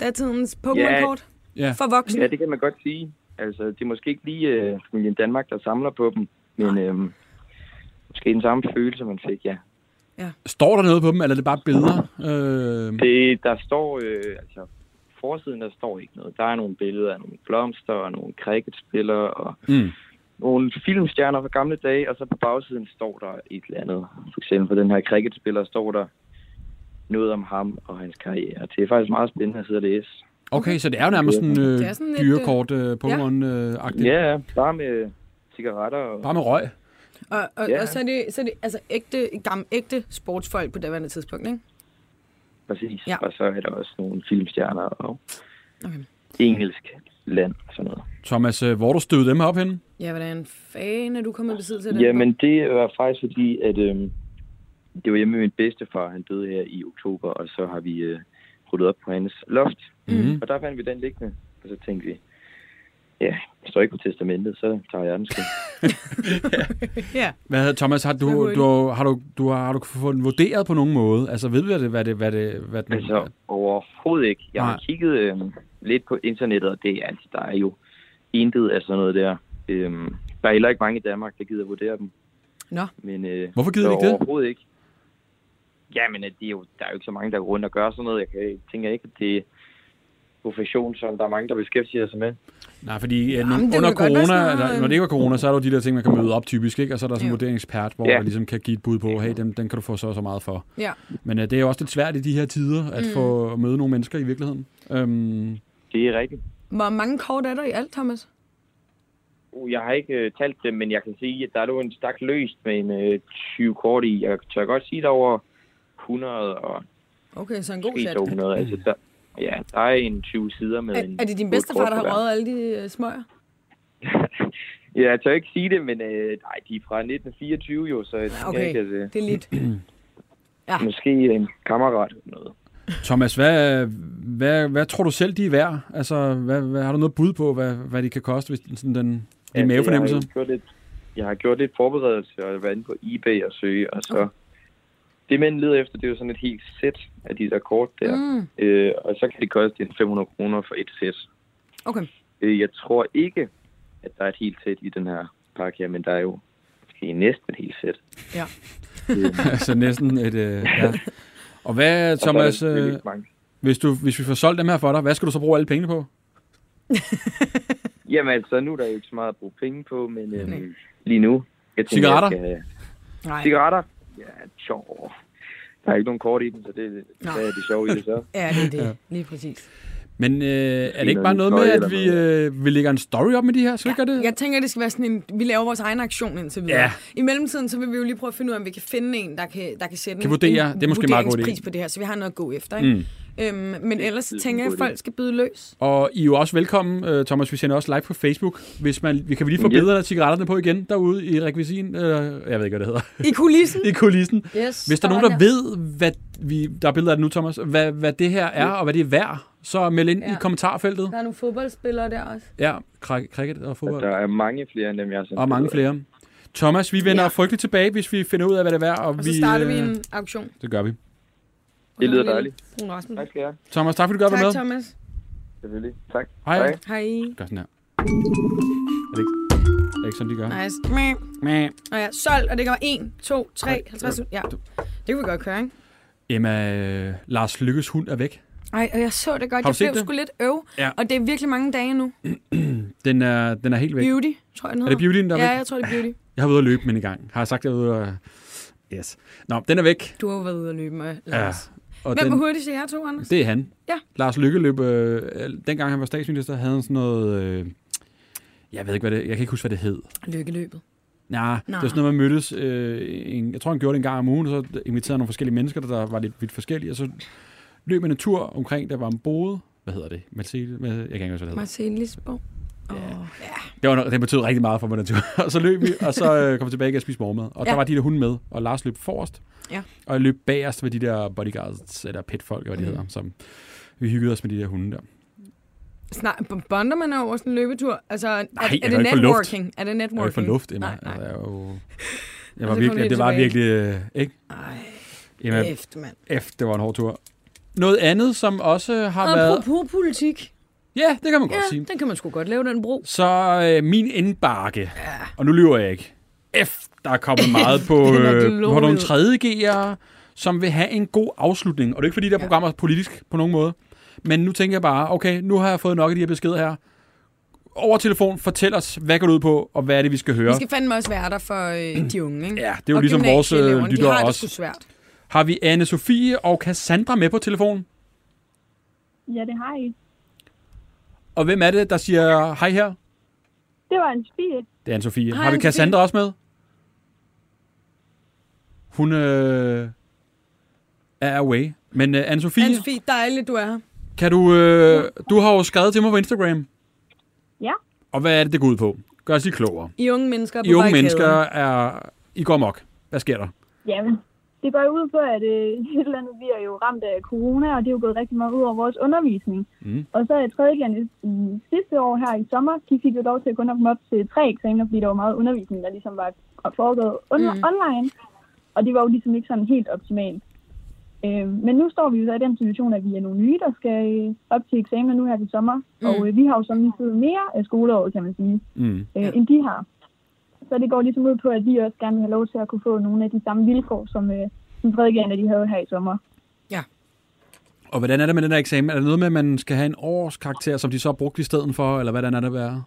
Speaker 4: datidens Pokémon-kort
Speaker 3: Ja.
Speaker 4: for voksne.
Speaker 8: Ja, det kan man godt sige. Altså, det er måske ikke lige øh, familien Danmark, der samler på dem, men øh, måske den samme følelse, man fik, ja.
Speaker 3: Står der noget på dem, eller er det bare billeder? Øh,
Speaker 8: Det, der står, øh, altså, forsiden der står ikke noget. Der er nogle billeder af nogle blomster og nogle cricketspillere og
Speaker 3: Mm.
Speaker 8: mm. nogle filmstjerner fra gamle dage, og så på bagsiden står der et eller andet. For eksempel for den her cricketspiller står der noget om ham og hans karriere. Det er faktisk meget spændende at sidde og læse.
Speaker 3: okay, så det er jo nærmest sådan, øh,
Speaker 4: Det er sådan lidt, øh,
Speaker 3: dyrekort øh, Pokémon-agtigt.
Speaker 8: Ja, ja, bare med cigaretter og...
Speaker 3: Bare med røg.
Speaker 4: Og, og,
Speaker 8: Ja.
Speaker 4: og så er det, så er det altså ægte, gam, ægte sportsfolk på daværende tidspunkt, ikke?
Speaker 8: Præcis.
Speaker 4: Ja.
Speaker 8: Ja. Og så er der også nogle filmstjerner og
Speaker 4: Okay.
Speaker 8: engelsk land og sådan noget.
Speaker 3: Thomas, øh, hvor du stødte dem op henne?
Speaker 4: Ja, hvordan fanden er du kommet i besiddelse af den?
Speaker 8: Jamen, det var faktisk fordi, at øhm, det var hjemme med min bedstefar. Han døde her i oktober, og så har vi øh, ryddet op på hans loft.
Speaker 4: Mm-hmm.
Speaker 3: Mhm.
Speaker 8: Og der fandt vi den liggende, og så tænkte vi, ja, jeg står ikke på testamentet, så tager jeg den sgu.
Speaker 4: Ja.
Speaker 3: Hvad hedder Thomas, har
Speaker 4: Hvad
Speaker 3: du,
Speaker 4: hedder
Speaker 3: du, har, du, du, har, har du fået den vurderet på nogen måde? Altså ved vi, hvad det, hvad det, hvad det, hvad den,
Speaker 8: altså, overhovedet ikke. Jeg
Speaker 3: Mm. Nej.
Speaker 8: har kigget øhm, lidt på internettet, og det er altså, der er jo intet af sådan noget der. Øhm, der er heller ikke mange i Danmark, der gider vurdere dem.
Speaker 4: Nå.
Speaker 8: Men, øh,
Speaker 3: Hvorfor gider
Speaker 8: så
Speaker 3: de ikke det?
Speaker 8: Overhovedet ikke. Jamen, at det er jo, der er jo ikke så mange, der går rundt og gør sådan noget. Jeg kan, tænker ikke, at det er profession, som der er mange, der beskæftiger sig med.
Speaker 3: Nej, fordi
Speaker 4: Jamen,
Speaker 3: Jamen,
Speaker 4: det
Speaker 3: under
Speaker 4: kunne godt være
Speaker 3: corona,
Speaker 4: sådan noget,
Speaker 3: eller, når det ikke var corona, så er der jo de der ting, man kan møde op typisk, ikke? og så er der sådan en
Speaker 4: Jo.
Speaker 3: vurderingsekspert, hvor
Speaker 8: Ja.
Speaker 3: man ligesom kan give et bud på, hey, den, den kan du få så og så meget for.
Speaker 4: Ja.
Speaker 3: Men øh, det er jo også lidt svært i de her tider, at mm. få at møde nogle mennesker i virkeligheden. Øhm,
Speaker 8: Det er rigtigt.
Speaker 4: Hvor mange kort er der i alt, Thomas?
Speaker 8: Uh, Jeg har ikke øh, talt dem, men jeg kan sige, at der er jo en stak løst med en øh, 20 kort i. Jeg tør godt sige, at der er over 100 og
Speaker 4: Okay, så en god
Speaker 8: måske
Speaker 4: chat.
Speaker 8: 200. Altså, der, ja, der er en 20 sider med en...
Speaker 4: Er, er det din
Speaker 8: otte
Speaker 4: bedstefar,
Speaker 8: kort
Speaker 4: der
Speaker 8: på hver.
Speaker 4: har røget alle de øh, smøger?
Speaker 8: Ja, jeg tør ikke sige det, men øh, nej, de er fra 1924 jo, så jeg tænker
Speaker 4: Okay,
Speaker 8: ikke, at, øh,
Speaker 4: det er lidt.
Speaker 8: måske en kammerat eller noget.
Speaker 3: Thomas, hvad, hvad, hvad tror du selv, de er værd? Altså, hvad, hvad, har du noget bud på, hvad, hvad de kan koste, hvis den- sådan den, din
Speaker 8: Altså,
Speaker 3: mavefornemmelse?
Speaker 8: Jeg har, gjort lidt, jeg har gjort lidt forberedelse og været inde på eBay og søge, og så...
Speaker 4: Okay.
Speaker 8: Det, man leder efter, det er jo sådan et helt sæt af de der kort der.
Speaker 4: Mm,
Speaker 8: Øh, og så kan det koste en 500 kroner for et sæt.
Speaker 4: okay.
Speaker 8: Øh, jeg tror ikke, at der er et helt sæt i den her pakke her, men der er jo måske næsten et helt sæt.
Speaker 4: Ja.
Speaker 3: altså næsten et... Øh, ja. Og hvad,
Speaker 8: Og så er der
Speaker 3: Thomas,
Speaker 8: selvfølgelig
Speaker 3: øh,
Speaker 8: ikke mange.
Speaker 3: hvis, du, hvis vi får solgt dem her for dig, hvad skal du så bruge alle pengene på?
Speaker 8: Jamen altså, nu er der jo ikke så meget at bruge penge på, men
Speaker 4: Nej.
Speaker 8: øhm, lige nu... Jeg tænker,
Speaker 3: Cigaretter?
Speaker 8: Jeg skal, have-
Speaker 4: Nej.
Speaker 8: cigaretter? Ja, tjov. Der er ikke nogen kort i dem, så det,
Speaker 4: Nå.
Speaker 8: hvad er det sjove i det så?
Speaker 4: Ja, det er det. Lige præcis.
Speaker 3: Men øh, er det ikke
Speaker 8: noget
Speaker 3: bare
Speaker 8: nyt
Speaker 3: noget
Speaker 8: tøj
Speaker 3: med,
Speaker 8: eller
Speaker 3: at vi, øh, vi lægger en story op med de her? Skal vi gøre det?
Speaker 4: Jeg tænker, det skal være sådan en... Vi laver vores egen aktion indtil videre.
Speaker 3: Ja.
Speaker 4: I mellemtiden, så vil vi jo lige prøve at finde ud af, om vi kan finde en, der kan, der kan sætte
Speaker 3: Kan
Speaker 4: en-
Speaker 3: vurdere.
Speaker 4: en
Speaker 3: Det er måske en meget god idé.
Speaker 4: vurderingspris på det her, så vi har noget at gå efter. Ikke? Mm. Øhm, men ellers så tænker jeg, at folk skal byde løs.
Speaker 3: Og I er jo også velkommen, øh, Thomas. Vi sender også live på Facebook. Hvis man, vi kan vi lige få
Speaker 8: Ja.
Speaker 3: billederne af cigaretterne på igen derude i rekvisien. Øh, jeg ved ikke, hvad det hedder.
Speaker 4: I kulissen.
Speaker 3: I kulissen.
Speaker 4: Yes,
Speaker 3: Hvis der er nogen, der ved, hvad vi, der er billeder af det nu, Thomas, hvad, hvad det her er, og hvad det er værd, så meld ind ja. i
Speaker 4: Ja.
Speaker 3: kommentarfeltet.
Speaker 4: Der er nogle fodboldspillere der også.
Speaker 3: Ja, krak- cricket og fodbold.
Speaker 8: Der er mange flere end dem, jeg har sendt.
Speaker 3: Og mange
Speaker 8: billeder
Speaker 3: flere. Thomas, vi vender ja.
Speaker 4: Ja.
Speaker 3: frygteligt tilbage, hvis vi finder ud af, hvad det er værd. Og,
Speaker 4: Og
Speaker 3: vi,
Speaker 4: så starter vi
Speaker 3: øh,
Speaker 4: en auktion.
Speaker 3: Det gør vi.
Speaker 8: af. Det lyder dejligt.
Speaker 4: Brun Rasmussen.
Speaker 8: Tak skal jeg have.
Speaker 3: Thomas, tak fordi du gør med.
Speaker 4: Tak, Thomas.
Speaker 8: Selvfølgelig. Tak.
Speaker 3: Hej.
Speaker 4: Hej.
Speaker 3: Gør sådan her. Er det ikke, er det ikke sådan, de gør?
Speaker 4: Nice. Mæh.
Speaker 3: Nej.
Speaker 4: Og ja, solgt, og det kommer 1, 2, 3, 50. Ja. Det kan vi godt køre, ikke?
Speaker 3: Emma, øh, Lars Lykkes hund er væk.
Speaker 4: Ej, og jeg så det godt.
Speaker 3: Har du
Speaker 4: Jeg
Speaker 3: set
Speaker 4: blev
Speaker 3: det?
Speaker 4: sgu lidt øv,
Speaker 3: Ja.
Speaker 4: og det er virkelig mange dage nu.
Speaker 3: Den er, den er helt væk.
Speaker 4: Beauty, tror jeg, den
Speaker 3: Er det Beauty'en, der er
Speaker 4: Ja,
Speaker 3: væk?
Speaker 4: jeg tror, det er Beauty.
Speaker 3: Jeg har været ude at løbe med en gang. Har jeg sagt, at jeg har været ude at... Yes. Nå, den er væk.
Speaker 4: Du har jo været ude at løbe med Lars.
Speaker 3: Og
Speaker 4: Hvem var
Speaker 3: den,
Speaker 4: hurtigst af jer to, Anders?
Speaker 3: det er han.
Speaker 4: Ja.
Speaker 3: Lars Lykke løb, øh, dengang han var statsminister, havde han sådan noget, øh, jeg ved ikke, hvad det, jeg kan ikke huske, hvad det hed.
Speaker 4: Lykkeløbet.
Speaker 3: Nej, det
Speaker 4: Nå.
Speaker 3: var sådan noget, man mødtes, øh, en, jeg tror, han gjorde det en gang om ugen, og så inviterede han nogle forskellige mennesker, der var lidt vidt forskellige, og så løb man en tur omkring, der var en bode, hvad hedder det? Mercedes, hvad- jeg kan ikke huske, hvad det hedder.
Speaker 4: Marcel Lisborg. Åh,
Speaker 3: Det, var, noget- det betød rigtig meget for mig, den tur. og så løb vi, og så øh, kom vi tilbage igen og spiste morgenmad. Og ja. der
Speaker 4: Ja.
Speaker 3: var de der hunde med, og Lars løb forrest.
Speaker 4: Ja.
Speaker 3: Og jeg løb bagerst med de der bodyguards, eller petfolk, eller hvad de
Speaker 4: Mm.
Speaker 3: hedder, som vi hyggede os med de der hunde der.
Speaker 4: Snart, bonder man over sådan en løbetur? Altså, er,
Speaker 3: jeg
Speaker 4: er
Speaker 3: kan
Speaker 4: det
Speaker 3: ikke få luft.
Speaker 4: networking? Er det
Speaker 3: Jeg var ikke for
Speaker 4: networking?
Speaker 3: luft, Emma.
Speaker 4: Nej, nej.
Speaker 3: Altså, jeg var, jo- jeg
Speaker 4: Og
Speaker 3: var
Speaker 4: så kom
Speaker 3: virkelig,
Speaker 4: det
Speaker 3: det var
Speaker 4: tilbage.
Speaker 3: virkelig, øh, ikke? Emma,
Speaker 4: Ej, kæft, mand.
Speaker 3: F, det var en hård tur. Noget andet, som også har været...
Speaker 4: Apropos politik.
Speaker 3: Ja, det kan man godt
Speaker 4: Ja,
Speaker 3: sige.
Speaker 4: den kan man sgu godt lave, den bro.
Speaker 3: Så øh, min indbakke, ja. og nu lyver jeg ikke. F, der er kommet meget på,
Speaker 4: Den er
Speaker 3: øh,
Speaker 4: gloriet.
Speaker 3: på nogle tredje G'ere, som vil have en god afslutning. Og det er ikke, fordi det her program er politisk på nogen måde. Men nu tænker jeg bare, okay, nu har jeg fået nok af de her beskeder her. Over telefon, fortæl os, hvad går det ud på, og hvad er det, vi skal høre?
Speaker 4: Vi skal fandme også være der for øh, de unge, ikke?
Speaker 3: Ja, det er jo
Speaker 4: og
Speaker 3: ligesom vores, øh,
Speaker 4: gymnasieeleverne,
Speaker 3: lyttere
Speaker 4: De har det
Speaker 3: også.
Speaker 4: sgu svært.
Speaker 3: Har vi anne Sofie og Cassandra med på telefonen?
Speaker 7: Ja, det har I.
Speaker 3: Og hvem er det, der siger hej her?
Speaker 7: Det var en spil.
Speaker 3: Det er Anne-Sophie.
Speaker 4: Hej,
Speaker 3: Har vi
Speaker 4: Anne-Sophie.
Speaker 3: Cassandra også med? Hun øh, er away. Men øh, Anne-Sophie, Anne
Speaker 4: Anne-Sophie, dejligt, du er her.
Speaker 3: kan du... Øh, du har jo skrevet til mig på Instagram.
Speaker 7: Ja.
Speaker 3: Og hvad er det, det går ud på? Gør os lige klogere.
Speaker 4: I unge mennesker på
Speaker 3: I unge
Speaker 4: barrikaderne.
Speaker 3: mennesker er... I går mok. Hvad sker der?
Speaker 7: Jamen, det går jo ud på, at øh, et eller andet, vi er jo ramt af corona, og det er jo gået rigtig meget ud over vores undervisning.
Speaker 3: Mm.
Speaker 7: Og så er tredje i sidste år her i sommer, de fik jo lov til kun at komme op til tre eksamener, fordi der var meget undervisning, der ligesom var foregået on- mm. online. Og det var jo ligesom ikke sådan helt optimalt. Øh, men nu står vi jo så i den situation, at vi er nogle nye, der skal øh, op til eksamener nu her til sommer. Mm. Og øh, vi har jo sådan lige fået mere af skoleåret, kan man sige
Speaker 3: Mm.
Speaker 7: øh, end de har. Så det går ligesom ud på, at vi også gerne vil have lov til at kunne få nogle af de samme vilkår, som, øh, som prædikerne de havde her i sommer.
Speaker 3: Og hvordan er det med den her eksamen? Er der noget med, at man skal have en årskarakter, som de så har brugt i stedet for? Eller hvordan er det været?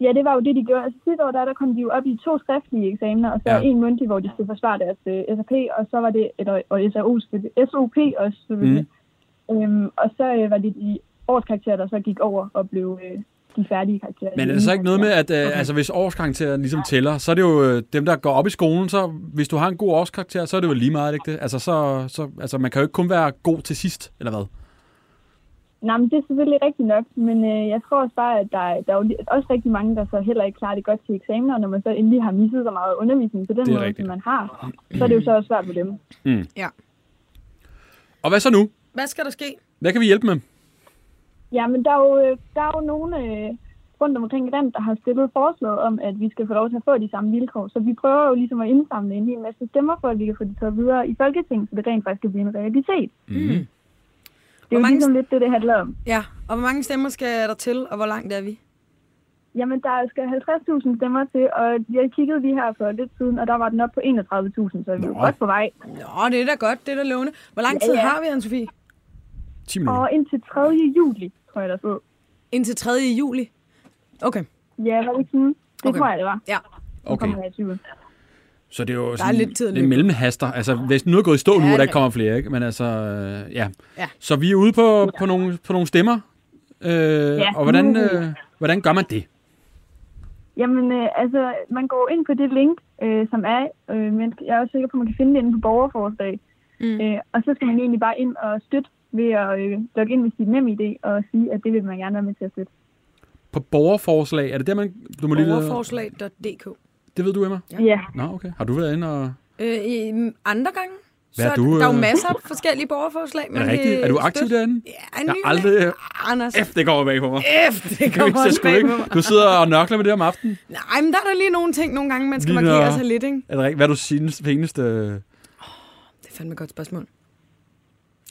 Speaker 7: Ja, det var jo det, de gjorde. Altså, sidste år, der, der kom de jo op i to skriftlige eksamener, og så
Speaker 3: Ja.
Speaker 7: ja. en mundtlig, hvor de skulle forsvare deres øh, SAP, og så var det, eller, og SAO, selvfølgelig- SOP også, selvfølgelig.
Speaker 3: Mhm.
Speaker 7: Mm. Øhm, og så øh, var det de årskarakterer, der så gik over og blev øh, de færdige karakterer.
Speaker 3: Men er det så ikke noget med, at øh, okay. altså, hvis årskarakteren ligesom tæller, så er det jo øh, dem, der går op i skolen, så hvis du har en god årskarakter, så er det jo lige meget, er det ikke det? Altså, så, så, altså man kan jo ikke kun være god til sidst, eller hvad?
Speaker 7: Nej, men det er selvfølgelig rigtigt nok, men øh, jeg tror også bare, at der, er- der er jo li- også rigtig mange, der så heller ikke klarer det godt til eksamener, og når man så endelig har misset så meget undervisning på den
Speaker 3: Det er
Speaker 7: måde,
Speaker 3: rigtigt.
Speaker 7: som man har, så er det jo så også svært for dem.
Speaker 4: Ja.
Speaker 3: Og hvad så nu?
Speaker 4: Hvad skal der ske?
Speaker 3: Hvad kan vi hjælpe med?
Speaker 7: Ja, men der er jo, øh, der er jo nogle øh, rundt omkring i landet, der har stillet forslag om, at vi skal få lov til at få de samme vilkår, så vi prøver jo ligesom at indsamle en hel masse stemmer for, at vi kan få det taget videre i Folketinget, så det rent faktisk kan blive en realitet.
Speaker 3: Mhm.
Speaker 7: Mm. Det er
Speaker 4: Hvor
Speaker 7: jo
Speaker 4: mange-
Speaker 7: ligesom lidt det, det handler om.
Speaker 4: Ja, og hvor mange stemmer skal der til, og hvor langt er vi?
Speaker 7: Jamen, der skal 50.000 stemmer til, og jeg kiggede lige her for lidt siden, og der var den op på 31.000, så vi er godt på vej.
Speaker 4: Nå, det er da godt, det er da lovende. Hvor lang
Speaker 7: Ja,
Speaker 4: tid
Speaker 7: ja.
Speaker 4: har vi, Anne-Sophie?
Speaker 3: 10 minutter.
Speaker 7: Og indtil 3. juli, tror jeg, der stod.
Speaker 4: Indtil 3. juli. Okay,
Speaker 7: Ja, var det ikke sådan? Det
Speaker 4: Okay.
Speaker 7: okay. tror jeg, det var.
Speaker 4: ja.
Speaker 3: Okay,
Speaker 7: Kommer jeg i tvivl.
Speaker 3: så det er jo sådan,
Speaker 4: lidt tid at
Speaker 3: lidt
Speaker 4: løbe.
Speaker 3: mellemhaster. Altså, hvis nu er gået i stå nu,
Speaker 4: det
Speaker 3: og
Speaker 4: er
Speaker 3: der ikke kommer flere, ikke? Men altså, øh, ja.
Speaker 4: Ja.
Speaker 3: Så vi er ude på, på, nogle, på nogle stemmer. Øh, ja. Og hvordan, øh, hvordan gør man det?
Speaker 7: Jamen, øh, altså, man går ind på det link, øh, som er, øh, men jeg er også sikker på, at man kan finde det inde på borgerforslag. Mm. Øh, og så skal man egentlig bare ind og støtte ved at øh, logge ind med sit nem idé og sige, at det vil man gerne være med til at støtte.
Speaker 3: På borgerforslag, er det der, man... Du må lige,
Speaker 4: Borgerforslag.dk.
Speaker 3: det ved du, Emma?
Speaker 7: Ja. ja.
Speaker 3: Nå, okay. Har du været inde og...
Speaker 4: Øh, i- m- andre gange.
Speaker 3: Hvad er
Speaker 4: så
Speaker 3: du,
Speaker 4: der er jo
Speaker 3: øh?
Speaker 4: masser af forskellige borgerforslag.
Speaker 3: Er det rigtigt? Er du aktiv derinde?
Speaker 4: øh, Ja,
Speaker 3: Jeg
Speaker 4: ny
Speaker 3: har aldrig...
Speaker 4: Anders,
Speaker 3: F, det går bag på mig.
Speaker 4: F, det
Speaker 3: Kan vi
Speaker 4: kommer
Speaker 3: ikke
Speaker 4: også
Speaker 3: sgu
Speaker 4: bag
Speaker 3: ikke?
Speaker 4: på mig.
Speaker 3: Du sidder og nørkler med det om aftenen.
Speaker 4: Nej, men der er der lige nogle ting nogle gange, man skal
Speaker 3: Lige
Speaker 4: markere
Speaker 3: når-
Speaker 4: sig lidt, ikke?
Speaker 3: Er det rigtigt? Hvad er du synes, øh, peneste
Speaker 4: Det er fandme et godt spørgsmål. Det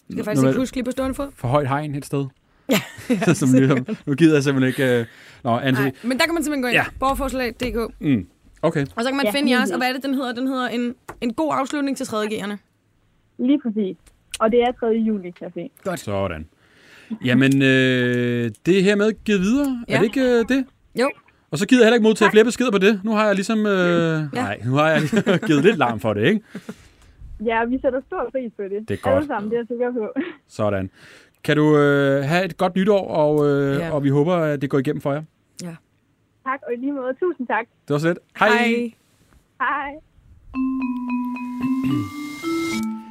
Speaker 4: kan
Speaker 3: Nå,
Speaker 4: faktisk
Speaker 3: men-
Speaker 4: ikke huske lige på stående fod.
Speaker 3: for højt hegn et sted?
Speaker 4: Ja.
Speaker 3: Som lige, nu gider jeg simpelthen ikke... øh, Nå, Anne,
Speaker 4: Nej, men der kan man simpelthen gå ind.
Speaker 3: Ja.
Speaker 4: Ja. Borgerforslag.dk.
Speaker 3: mm. Okay.
Speaker 4: Og så kan man
Speaker 7: Ja,
Speaker 4: finde
Speaker 7: lige
Speaker 4: jeres,
Speaker 7: det.
Speaker 4: og hvad er det, den hedder? Den hedder en, en god afslutning til 3. G'erne.
Speaker 7: Lige præcis. Og det er 3. juli, kan jeg se.
Speaker 3: Sådan. Jamen, øh, det er hermed givet videre. Ja. Er
Speaker 4: Ja.
Speaker 3: det ikke øh, det?
Speaker 4: Jo.
Speaker 3: Og så gider jeg heller ikke modtage flere beskeder på det. Nu har jeg ligesom... Øh,
Speaker 4: Ja.
Speaker 3: Nej, nu har jeg givet lidt larm for det, ikke?
Speaker 7: Ja, vi sætter stor pris på det.
Speaker 3: Det er godt.
Speaker 7: Alle sammen, det er jeg sikker på.
Speaker 3: Sådan. Kan du øh, have et godt nytår, og, øh,
Speaker 4: Ja.
Speaker 3: ja. og vi håber, at det går igennem for jer.
Speaker 7: Tak, og i lige måde, tusind tak.
Speaker 3: Det var så lidt. Hej.
Speaker 7: Hej.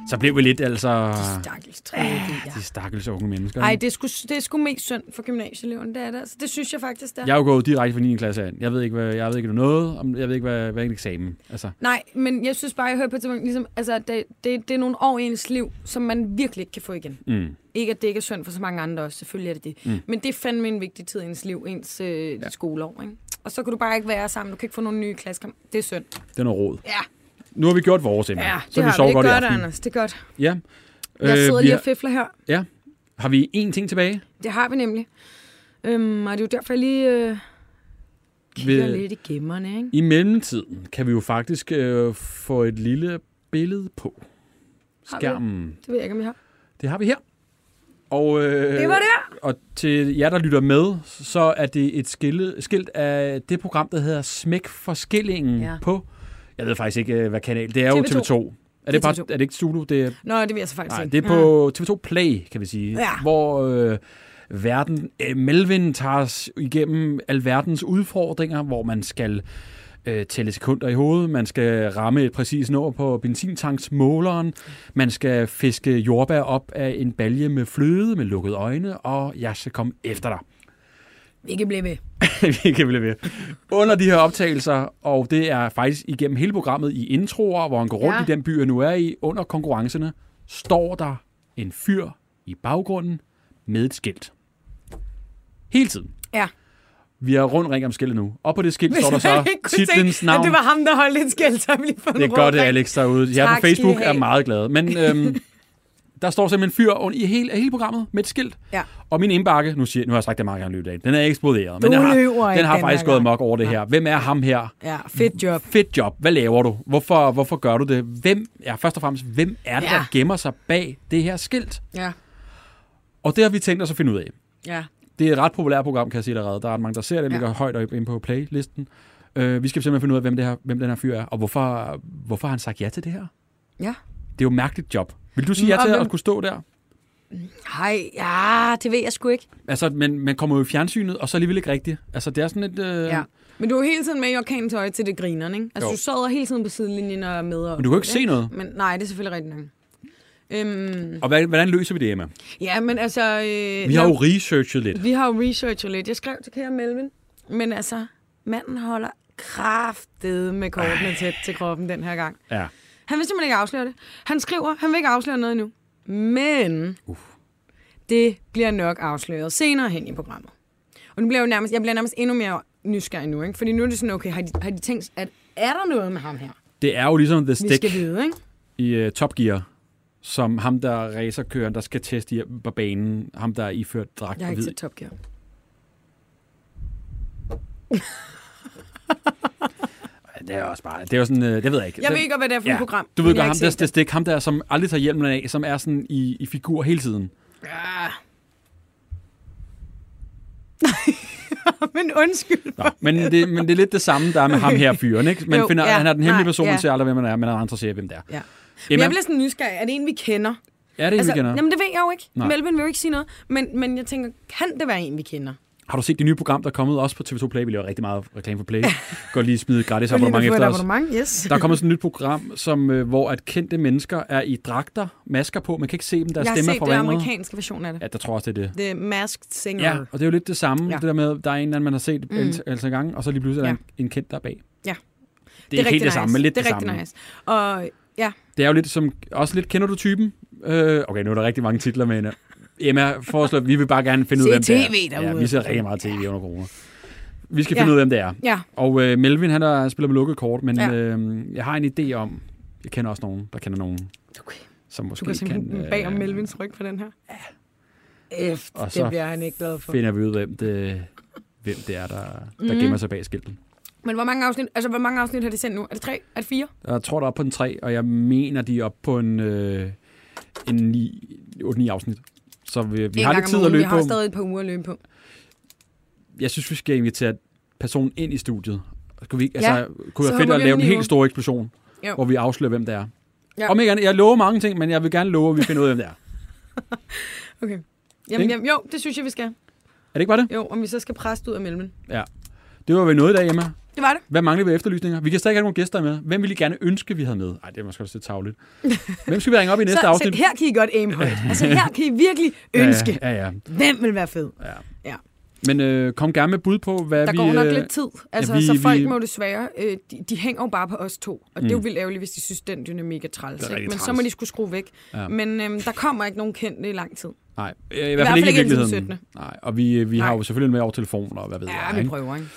Speaker 3: Så blev vi lidt, altså...
Speaker 4: Stakkels tragedie.
Speaker 3: De stakkels unge mennesker.
Speaker 4: Ej, det er, sgu, det er sgu mest synd for gymnasieeleverne, det er det. Altså, det synes jeg faktisk, det er.
Speaker 3: Jeg er jo gået direkte fra 9. klasse af. Jeg ved ikke, hvad, jeg ved ikke noget. Om, jeg ved ikke, hvad, hvad en eksamen. Altså,
Speaker 4: Nej, men jeg synes bare, jeg hører på et tidspunkt, ligesom, altså, det, det, det er nogle år i ens liv, som man virkelig ikke kan få igen.
Speaker 3: mm.
Speaker 4: Ikke at det ikke er synd for så mange andre også, selvfølgelig er det det. Mm. Men det er fandme en vigtig tid i ens liv, ens øh, ja. skoleår, ikke? Og så kan du bare ikke være sammen, du kan ikke få nogle nye klasser. Det er synd.
Speaker 3: Det er noget råd.
Speaker 4: Ja,
Speaker 3: Nu har vi gjort vores, Emma.
Speaker 4: ja
Speaker 3: så
Speaker 4: det
Speaker 3: vi
Speaker 4: har vi.
Speaker 3: sover
Speaker 4: Det
Speaker 3: godt
Speaker 4: er
Speaker 3: i
Speaker 4: godt,
Speaker 3: aften.
Speaker 4: Anders, det er godt.
Speaker 3: Ja. Øh,
Speaker 4: Jeg sidder
Speaker 3: vi
Speaker 4: lige
Speaker 3: har,
Speaker 4: og fifler her.
Speaker 3: ja. Har vi en ting tilbage?
Speaker 4: Det har vi nemlig. Øhm, og det er jo derfor, jeg lige øh, kigger
Speaker 3: Vi-
Speaker 4: lidt i gemmerne, ikke?
Speaker 3: I mellemtiden kan vi jo faktisk øh, få et lille billede på
Speaker 4: Har vi?
Speaker 3: skærmen.
Speaker 4: Det ved jeg ikke, om jeg har.
Speaker 3: Det har vi her. Og, øh,
Speaker 4: Det var det!
Speaker 3: Og til jer, der lytter med, så er det et skille, skilt af det program, der hedder Smæk for skillingen
Speaker 4: Ja.
Speaker 3: ja. på... Jeg ved faktisk ikke, øh, hvad kanal. Det er
Speaker 4: TV2.
Speaker 3: jo TV2. Er det,
Speaker 4: Det er
Speaker 3: bare,
Speaker 4: TV2.
Speaker 3: er det ikke Zulu? Det er,
Speaker 4: Nå, det vil jeg så faktisk
Speaker 3: nej,
Speaker 4: ikke.
Speaker 3: det er på TV2 Play, kan vi sige.
Speaker 4: Ja.
Speaker 3: Hvor øh, verden, øh, Melvin tager os igennem alverdens udfordringer, hvor man skal øh, tælle sekunder i hovedet, man skal ramme et præcist nummer på benzintanksmåleren, man skal fiske jordbær op af en balje med fløde med lukkede øjne, og jeg skal komme efter dig.
Speaker 4: Ja. Ikke blive ved.
Speaker 3: vi kan blive ved. Under de her optagelser, og det er faktisk igennem hele programmet i introer, hvor han går rundt
Speaker 4: Ja.
Speaker 3: ja. i den by, han nu er i, under konkurrencerne, står der en fyr i baggrunden med et skilt. Hele tiden.
Speaker 4: Ja.
Speaker 3: Vi er rundt ring om skiltet nu. Og på det skilt står der så
Speaker 4: Jeg kunne
Speaker 3: titlens
Speaker 4: se, at
Speaker 3: navn.
Speaker 4: det var ham, der holdt et skæld, så vi lige fået
Speaker 3: Det er
Speaker 4: en
Speaker 3: godt,
Speaker 4: rundt,
Speaker 3: Alex derude. Jeg
Speaker 4: Tak
Speaker 3: på
Speaker 4: skal I
Speaker 3: Facebook er
Speaker 4: have.
Speaker 3: meget glad. Men øhm, der står simpelthen en fyr under, i hele, hele programmet med et skilt.
Speaker 4: Ja.
Speaker 3: Og min indbakke, nu, siger, nu har jeg sagt det mange gange i løbet af dagen, den er eksploderet.
Speaker 4: Du
Speaker 3: men den har,
Speaker 4: lyver ikke
Speaker 3: den har
Speaker 4: den
Speaker 3: faktisk
Speaker 4: her
Speaker 3: gået
Speaker 4: gang.
Speaker 3: mok over det her. Hvem er ham her?
Speaker 4: Ja, fedt job.
Speaker 3: Fedt job. Hvad laver du? Hvorfor, hvorfor gør du det? Hvem, ja, først og fremmest, hvem er det,
Speaker 4: Ja.
Speaker 3: der gemmer sig bag det her skilt?
Speaker 4: Ja,
Speaker 3: Og det har vi tænkt os at finde ud af.
Speaker 4: ja.
Speaker 3: Det er et ret populært program, kan jeg sige allerede. Der er mange, der ser det. Det
Speaker 4: Ja.
Speaker 3: ligger højt op inde på playlisten. Øh, vi skal simpelthen finde ud af, hvem, det her, hvem den her fyr er, og hvorfor, hvorfor har han sagt ja til det her?
Speaker 4: Ja.
Speaker 3: Det er jo et mærkeligt job. Vil du sige ja
Speaker 4: Nå,
Speaker 3: til
Speaker 4: men-
Speaker 3: at skulle stå der?
Speaker 4: Hej, ja, det ved jeg sgu ikke.
Speaker 3: Altså, men man kommer jo i fjernsynet, og så alligevel ikke rigtigt. Altså, det er sådan et... Øh...
Speaker 4: Ja. Men du er jo hele tiden med i orkanens øje til det griner, ikke? Altså, jo.
Speaker 3: Jo.
Speaker 4: du sad hele tiden på sidelinjen og er med. Og
Speaker 3: Men du kan jo ikke se noget.
Speaker 4: Men, nej, det er selvfølgelig rigtigt nok. Øhm,
Speaker 3: Og hvad, hvordan løser vi det, Emma?
Speaker 4: ja, men altså... Øh,
Speaker 3: Vi har
Speaker 4: nå,
Speaker 3: jo researchet lidt.
Speaker 4: vi har jo researchet lidt. Jeg skrev til Kære Melvin. Men altså, manden holder kraftet med kortene tæt til kroppen den her gang.
Speaker 3: Ja.
Speaker 4: Han vil simpelthen ikke afsløre det. Han skriver, han vil ikke afsløre noget endnu. Men Uf. det bliver nok afsløret senere hen i programmet. Og nu bliver jeg, jo nærmest, jeg bliver nærmest endnu mere nysgerrig nu, ikke? Fordi nu er det sådan, okay, har de, har de tænkt, at er der noget med ham her,
Speaker 3: Det er jo ligesom The
Speaker 4: vi
Speaker 3: Stick
Speaker 4: skal vide, ikke?
Speaker 3: i uh, Top Gear, som ham, der er racerkøren, der skal teste i- på banen. Ham, der er iført dragt.
Speaker 4: Jeg har
Speaker 3: og
Speaker 4: ikke
Speaker 3: hvid.
Speaker 4: set Top Gear.
Speaker 3: Det er også bare... Det er jo sådan... Uh, det ved jeg ikke.
Speaker 4: Jeg
Speaker 3: Den-
Speaker 4: ved ikke, hvad det er for et program.
Speaker 3: Du ved
Speaker 4: men jeg
Speaker 3: godt,
Speaker 4: har
Speaker 3: ham
Speaker 4: ikke
Speaker 3: der,
Speaker 4: set
Speaker 3: det. Stik, ham der, som aldrig tager hjelmen af, som er sådan i, i figur hele tiden.
Speaker 4: det. Men undskyld.
Speaker 3: Nå, men, det, men det er lidt det samme, der er med ham her fyren, ikke? Man
Speaker 4: Jo,
Speaker 3: jo, finder,
Speaker 4: ja,
Speaker 3: ja, han er den
Speaker 4: nej,
Speaker 3: hemmelige person,
Speaker 4: ja.
Speaker 3: man ser aldrig, hvem man er, men han interesserer, hvem det er.
Speaker 4: Ja. Men
Speaker 3: Emma,
Speaker 4: jeg bliver sådan nysgerrig. Er det en, vi kender? Altså,
Speaker 3: er det en, vi kender?
Speaker 4: Jamen, det ved jeg jo ikke. Nej.
Speaker 3: Nej.
Speaker 4: Melvin vil jo ikke sige noget. Men, men jeg tænker, kan det være en, vi kender?
Speaker 3: Har du set det nye program, der er kommet også på TV2 Play? Vi laver rigtig meget reklame for Play. Godt lige smide gratis
Speaker 4: Fordi du
Speaker 3: abonnement
Speaker 4: får et
Speaker 3: efter os.
Speaker 4: abonnement, yes.
Speaker 3: Der er kommet sådan et nyt program, som, øh, hvor at kendte mennesker er i dragter, masker på. Man kan ikke se dem, der
Speaker 4: Jeg har
Speaker 3: stemmer
Speaker 4: set
Speaker 3: fra
Speaker 4: den
Speaker 3: vandet.
Speaker 4: amerikanske version af det.
Speaker 3: Ja, der tror jeg også, det er det.
Speaker 4: The Masked Singer.
Speaker 3: Ja, og det er jo lidt det samme.
Speaker 4: Ja.
Speaker 3: Ja. Det der med, der er en eller anden, man har set mm. altså en gang, og så lige pludselig er der en, en kendt der er bag.
Speaker 4: Ja.
Speaker 3: Det er, ikke helt
Speaker 4: rigtig
Speaker 3: det samme, men lidt det,
Speaker 4: det er
Speaker 3: samme.
Speaker 4: rigtig nice. Og ja,
Speaker 3: Det er jo lidt som, også lidt, kender du typen? Øh, okay, nu er der rigtig mange titler med hende. Emma foreslår, vi vil bare gerne finde ud
Speaker 4: Se
Speaker 3: af, hvem
Speaker 4: TV
Speaker 3: det er. Ja,
Speaker 4: derude.
Speaker 3: vi ser rigtig meget tv under corona. Vi skal
Speaker 4: Ja.
Speaker 3: finde ud af, hvem det er.
Speaker 4: ja,
Speaker 3: Og øh, Melvin, han er, spiller med lukket kort, men
Speaker 4: Ja.
Speaker 3: ja. øh, jeg har en idé om, jeg kender også nogen, der kender nogen,
Speaker 4: Okay.
Speaker 3: som
Speaker 4: du
Speaker 3: måske
Speaker 4: kan
Speaker 3: kan... øh,
Speaker 4: simpelthen bag om Melvins ryg for den her. Ja. Efter,
Speaker 3: Og så
Speaker 4: det bliver han ikke glad for.
Speaker 3: finder vi ud af, hvem det, hvem det er, der,
Speaker 4: Mhm.
Speaker 3: der mm. gemmer sig bag skilten.
Speaker 4: Men hvor mange afsnit, altså, hvor mange afsnit har de sendt nu? Er det tre? Er det fire?
Speaker 3: Jeg tror, der er oppe på en 3, og jeg mener, de er oppe på en, øh, en 9, 8-9 afsnit. Så vi, vi
Speaker 4: En
Speaker 3: har
Speaker 4: gang
Speaker 3: lidt
Speaker 4: om
Speaker 3: tid
Speaker 4: ugen.
Speaker 3: at løbe
Speaker 4: Vi
Speaker 3: på.
Speaker 4: har stadig et par uger at løbe på.
Speaker 3: Jeg synes, vi skal invitere personen ind i studiet. Kunne vi ikke,
Speaker 4: Ja,
Speaker 3: altså, kunne
Speaker 4: så
Speaker 3: jeg fedt
Speaker 4: hopper
Speaker 3: at
Speaker 4: vi
Speaker 3: lave en
Speaker 4: den lige
Speaker 3: helt
Speaker 4: ud.
Speaker 3: stor eksplosion,
Speaker 4: Jo.
Speaker 3: hvor vi afslører, hvem det er.
Speaker 4: Ja.
Speaker 3: Ja. Om ikke andet, jeg lover mange ting, men jeg vil gerne love, at vi finder ud af, hvem det er.
Speaker 4: Okay. Jamen,
Speaker 3: Ikke?
Speaker 4: jamen, jo, det synes jeg, vi skal.
Speaker 3: Er det ikke bare det?
Speaker 4: Jo, om vi så skal presse det ud af mellemmen.
Speaker 3: Ja. Det var vel noget i dag, Emma.
Speaker 4: Det var det.
Speaker 3: Hvad mangler vi af efterlysninger? Vi kan stadig have nogle gæster med. Hvem ville I gerne ønske, vi havde med? Nej, det er måske også lidt tavligt. Hvem skal vi ringe op i næste
Speaker 4: så,
Speaker 3: afsnit?
Speaker 4: så her kan I godt aim højt. Altså, her kan I virkelig ønske.
Speaker 3: Ja, ja, ja.
Speaker 4: Hvem vil være fed?
Speaker 3: Men øh, kom gerne med bud på, hvad
Speaker 4: Der
Speaker 3: vi...
Speaker 4: går nok
Speaker 3: øh,
Speaker 4: lidt tid. Altså,
Speaker 3: vi-
Speaker 4: vi, så folk
Speaker 3: vi-
Speaker 4: vi... må desværre... Øh, de, de hænger jo bare på os to. Og mm. det er jo vildt ærgerligt, hvis de synes, den dynamik er træls.
Speaker 3: Det er
Speaker 4: ikke?
Speaker 3: rigtig
Speaker 4: Men så
Speaker 3: træls.
Speaker 4: må de skulle skrue væk. Ja. Men øhm, der kommer ikke nogen kendte i lang tid.
Speaker 3: Nej, øh, i, i, hvert, fald ikke i
Speaker 4: indtil den
Speaker 3: virkeligheden.
Speaker 4: 17..
Speaker 3: Nej, og vi, øh, vi har
Speaker 4: Nej.
Speaker 3: jo selvfølgelig med over telefoner og hvad ved jeg.
Speaker 4: Ja, vi
Speaker 3: ikke?
Speaker 4: prøver, ikke?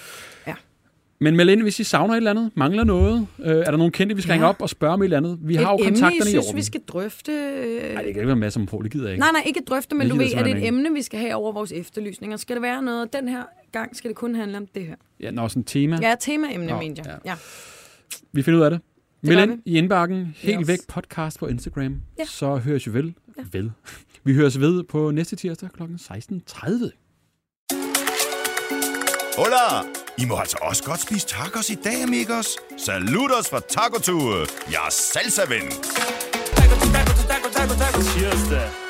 Speaker 3: Men meld ind, hvis I savner et eller andet, mangler noget. Øh, er der nogen kendte, vi skal ja.
Speaker 4: Ja.
Speaker 3: ringe op og spørge om et eller andet? Vi har jo
Speaker 4: et emne, I
Speaker 3: kontakterne i
Speaker 4: synes,
Speaker 3: orden.
Speaker 4: vi skal drøfte... Øh...
Speaker 3: Nej, det kan ikke være masser om på, det gider jeg ikke.
Speaker 4: Nej, nej, ikke drøfte, men
Speaker 3: Det
Speaker 4: du
Speaker 3: gider
Speaker 4: ved,
Speaker 3: jeg
Speaker 4: at det er et
Speaker 3: simpelthen
Speaker 4: emne, vi skal have over vores efterlysninger. Skal det være noget, den her gang skal det kun handle om det her.
Speaker 3: Ja, nå, sådan et tema. Ja.
Speaker 4: Ja, temaemne,
Speaker 3: Nå,
Speaker 4: mente jeg. Ja.
Speaker 3: Vi finder ud af det. Meld
Speaker 4: gør
Speaker 3: ind i indbakken. Helt
Speaker 4: Yes.
Speaker 3: væk podcast på Instagram.
Speaker 4: Ja.
Speaker 3: Så høres vi vel. Ja. Vel. Vi høres ved på næste tirsdag kl. 16.30.
Speaker 2: Hola! I må altså også godt spise tacos i dag, amigos. Salut os fra Taco Tour. Jeg er salsa -ven.
Speaker 5: Cheers da.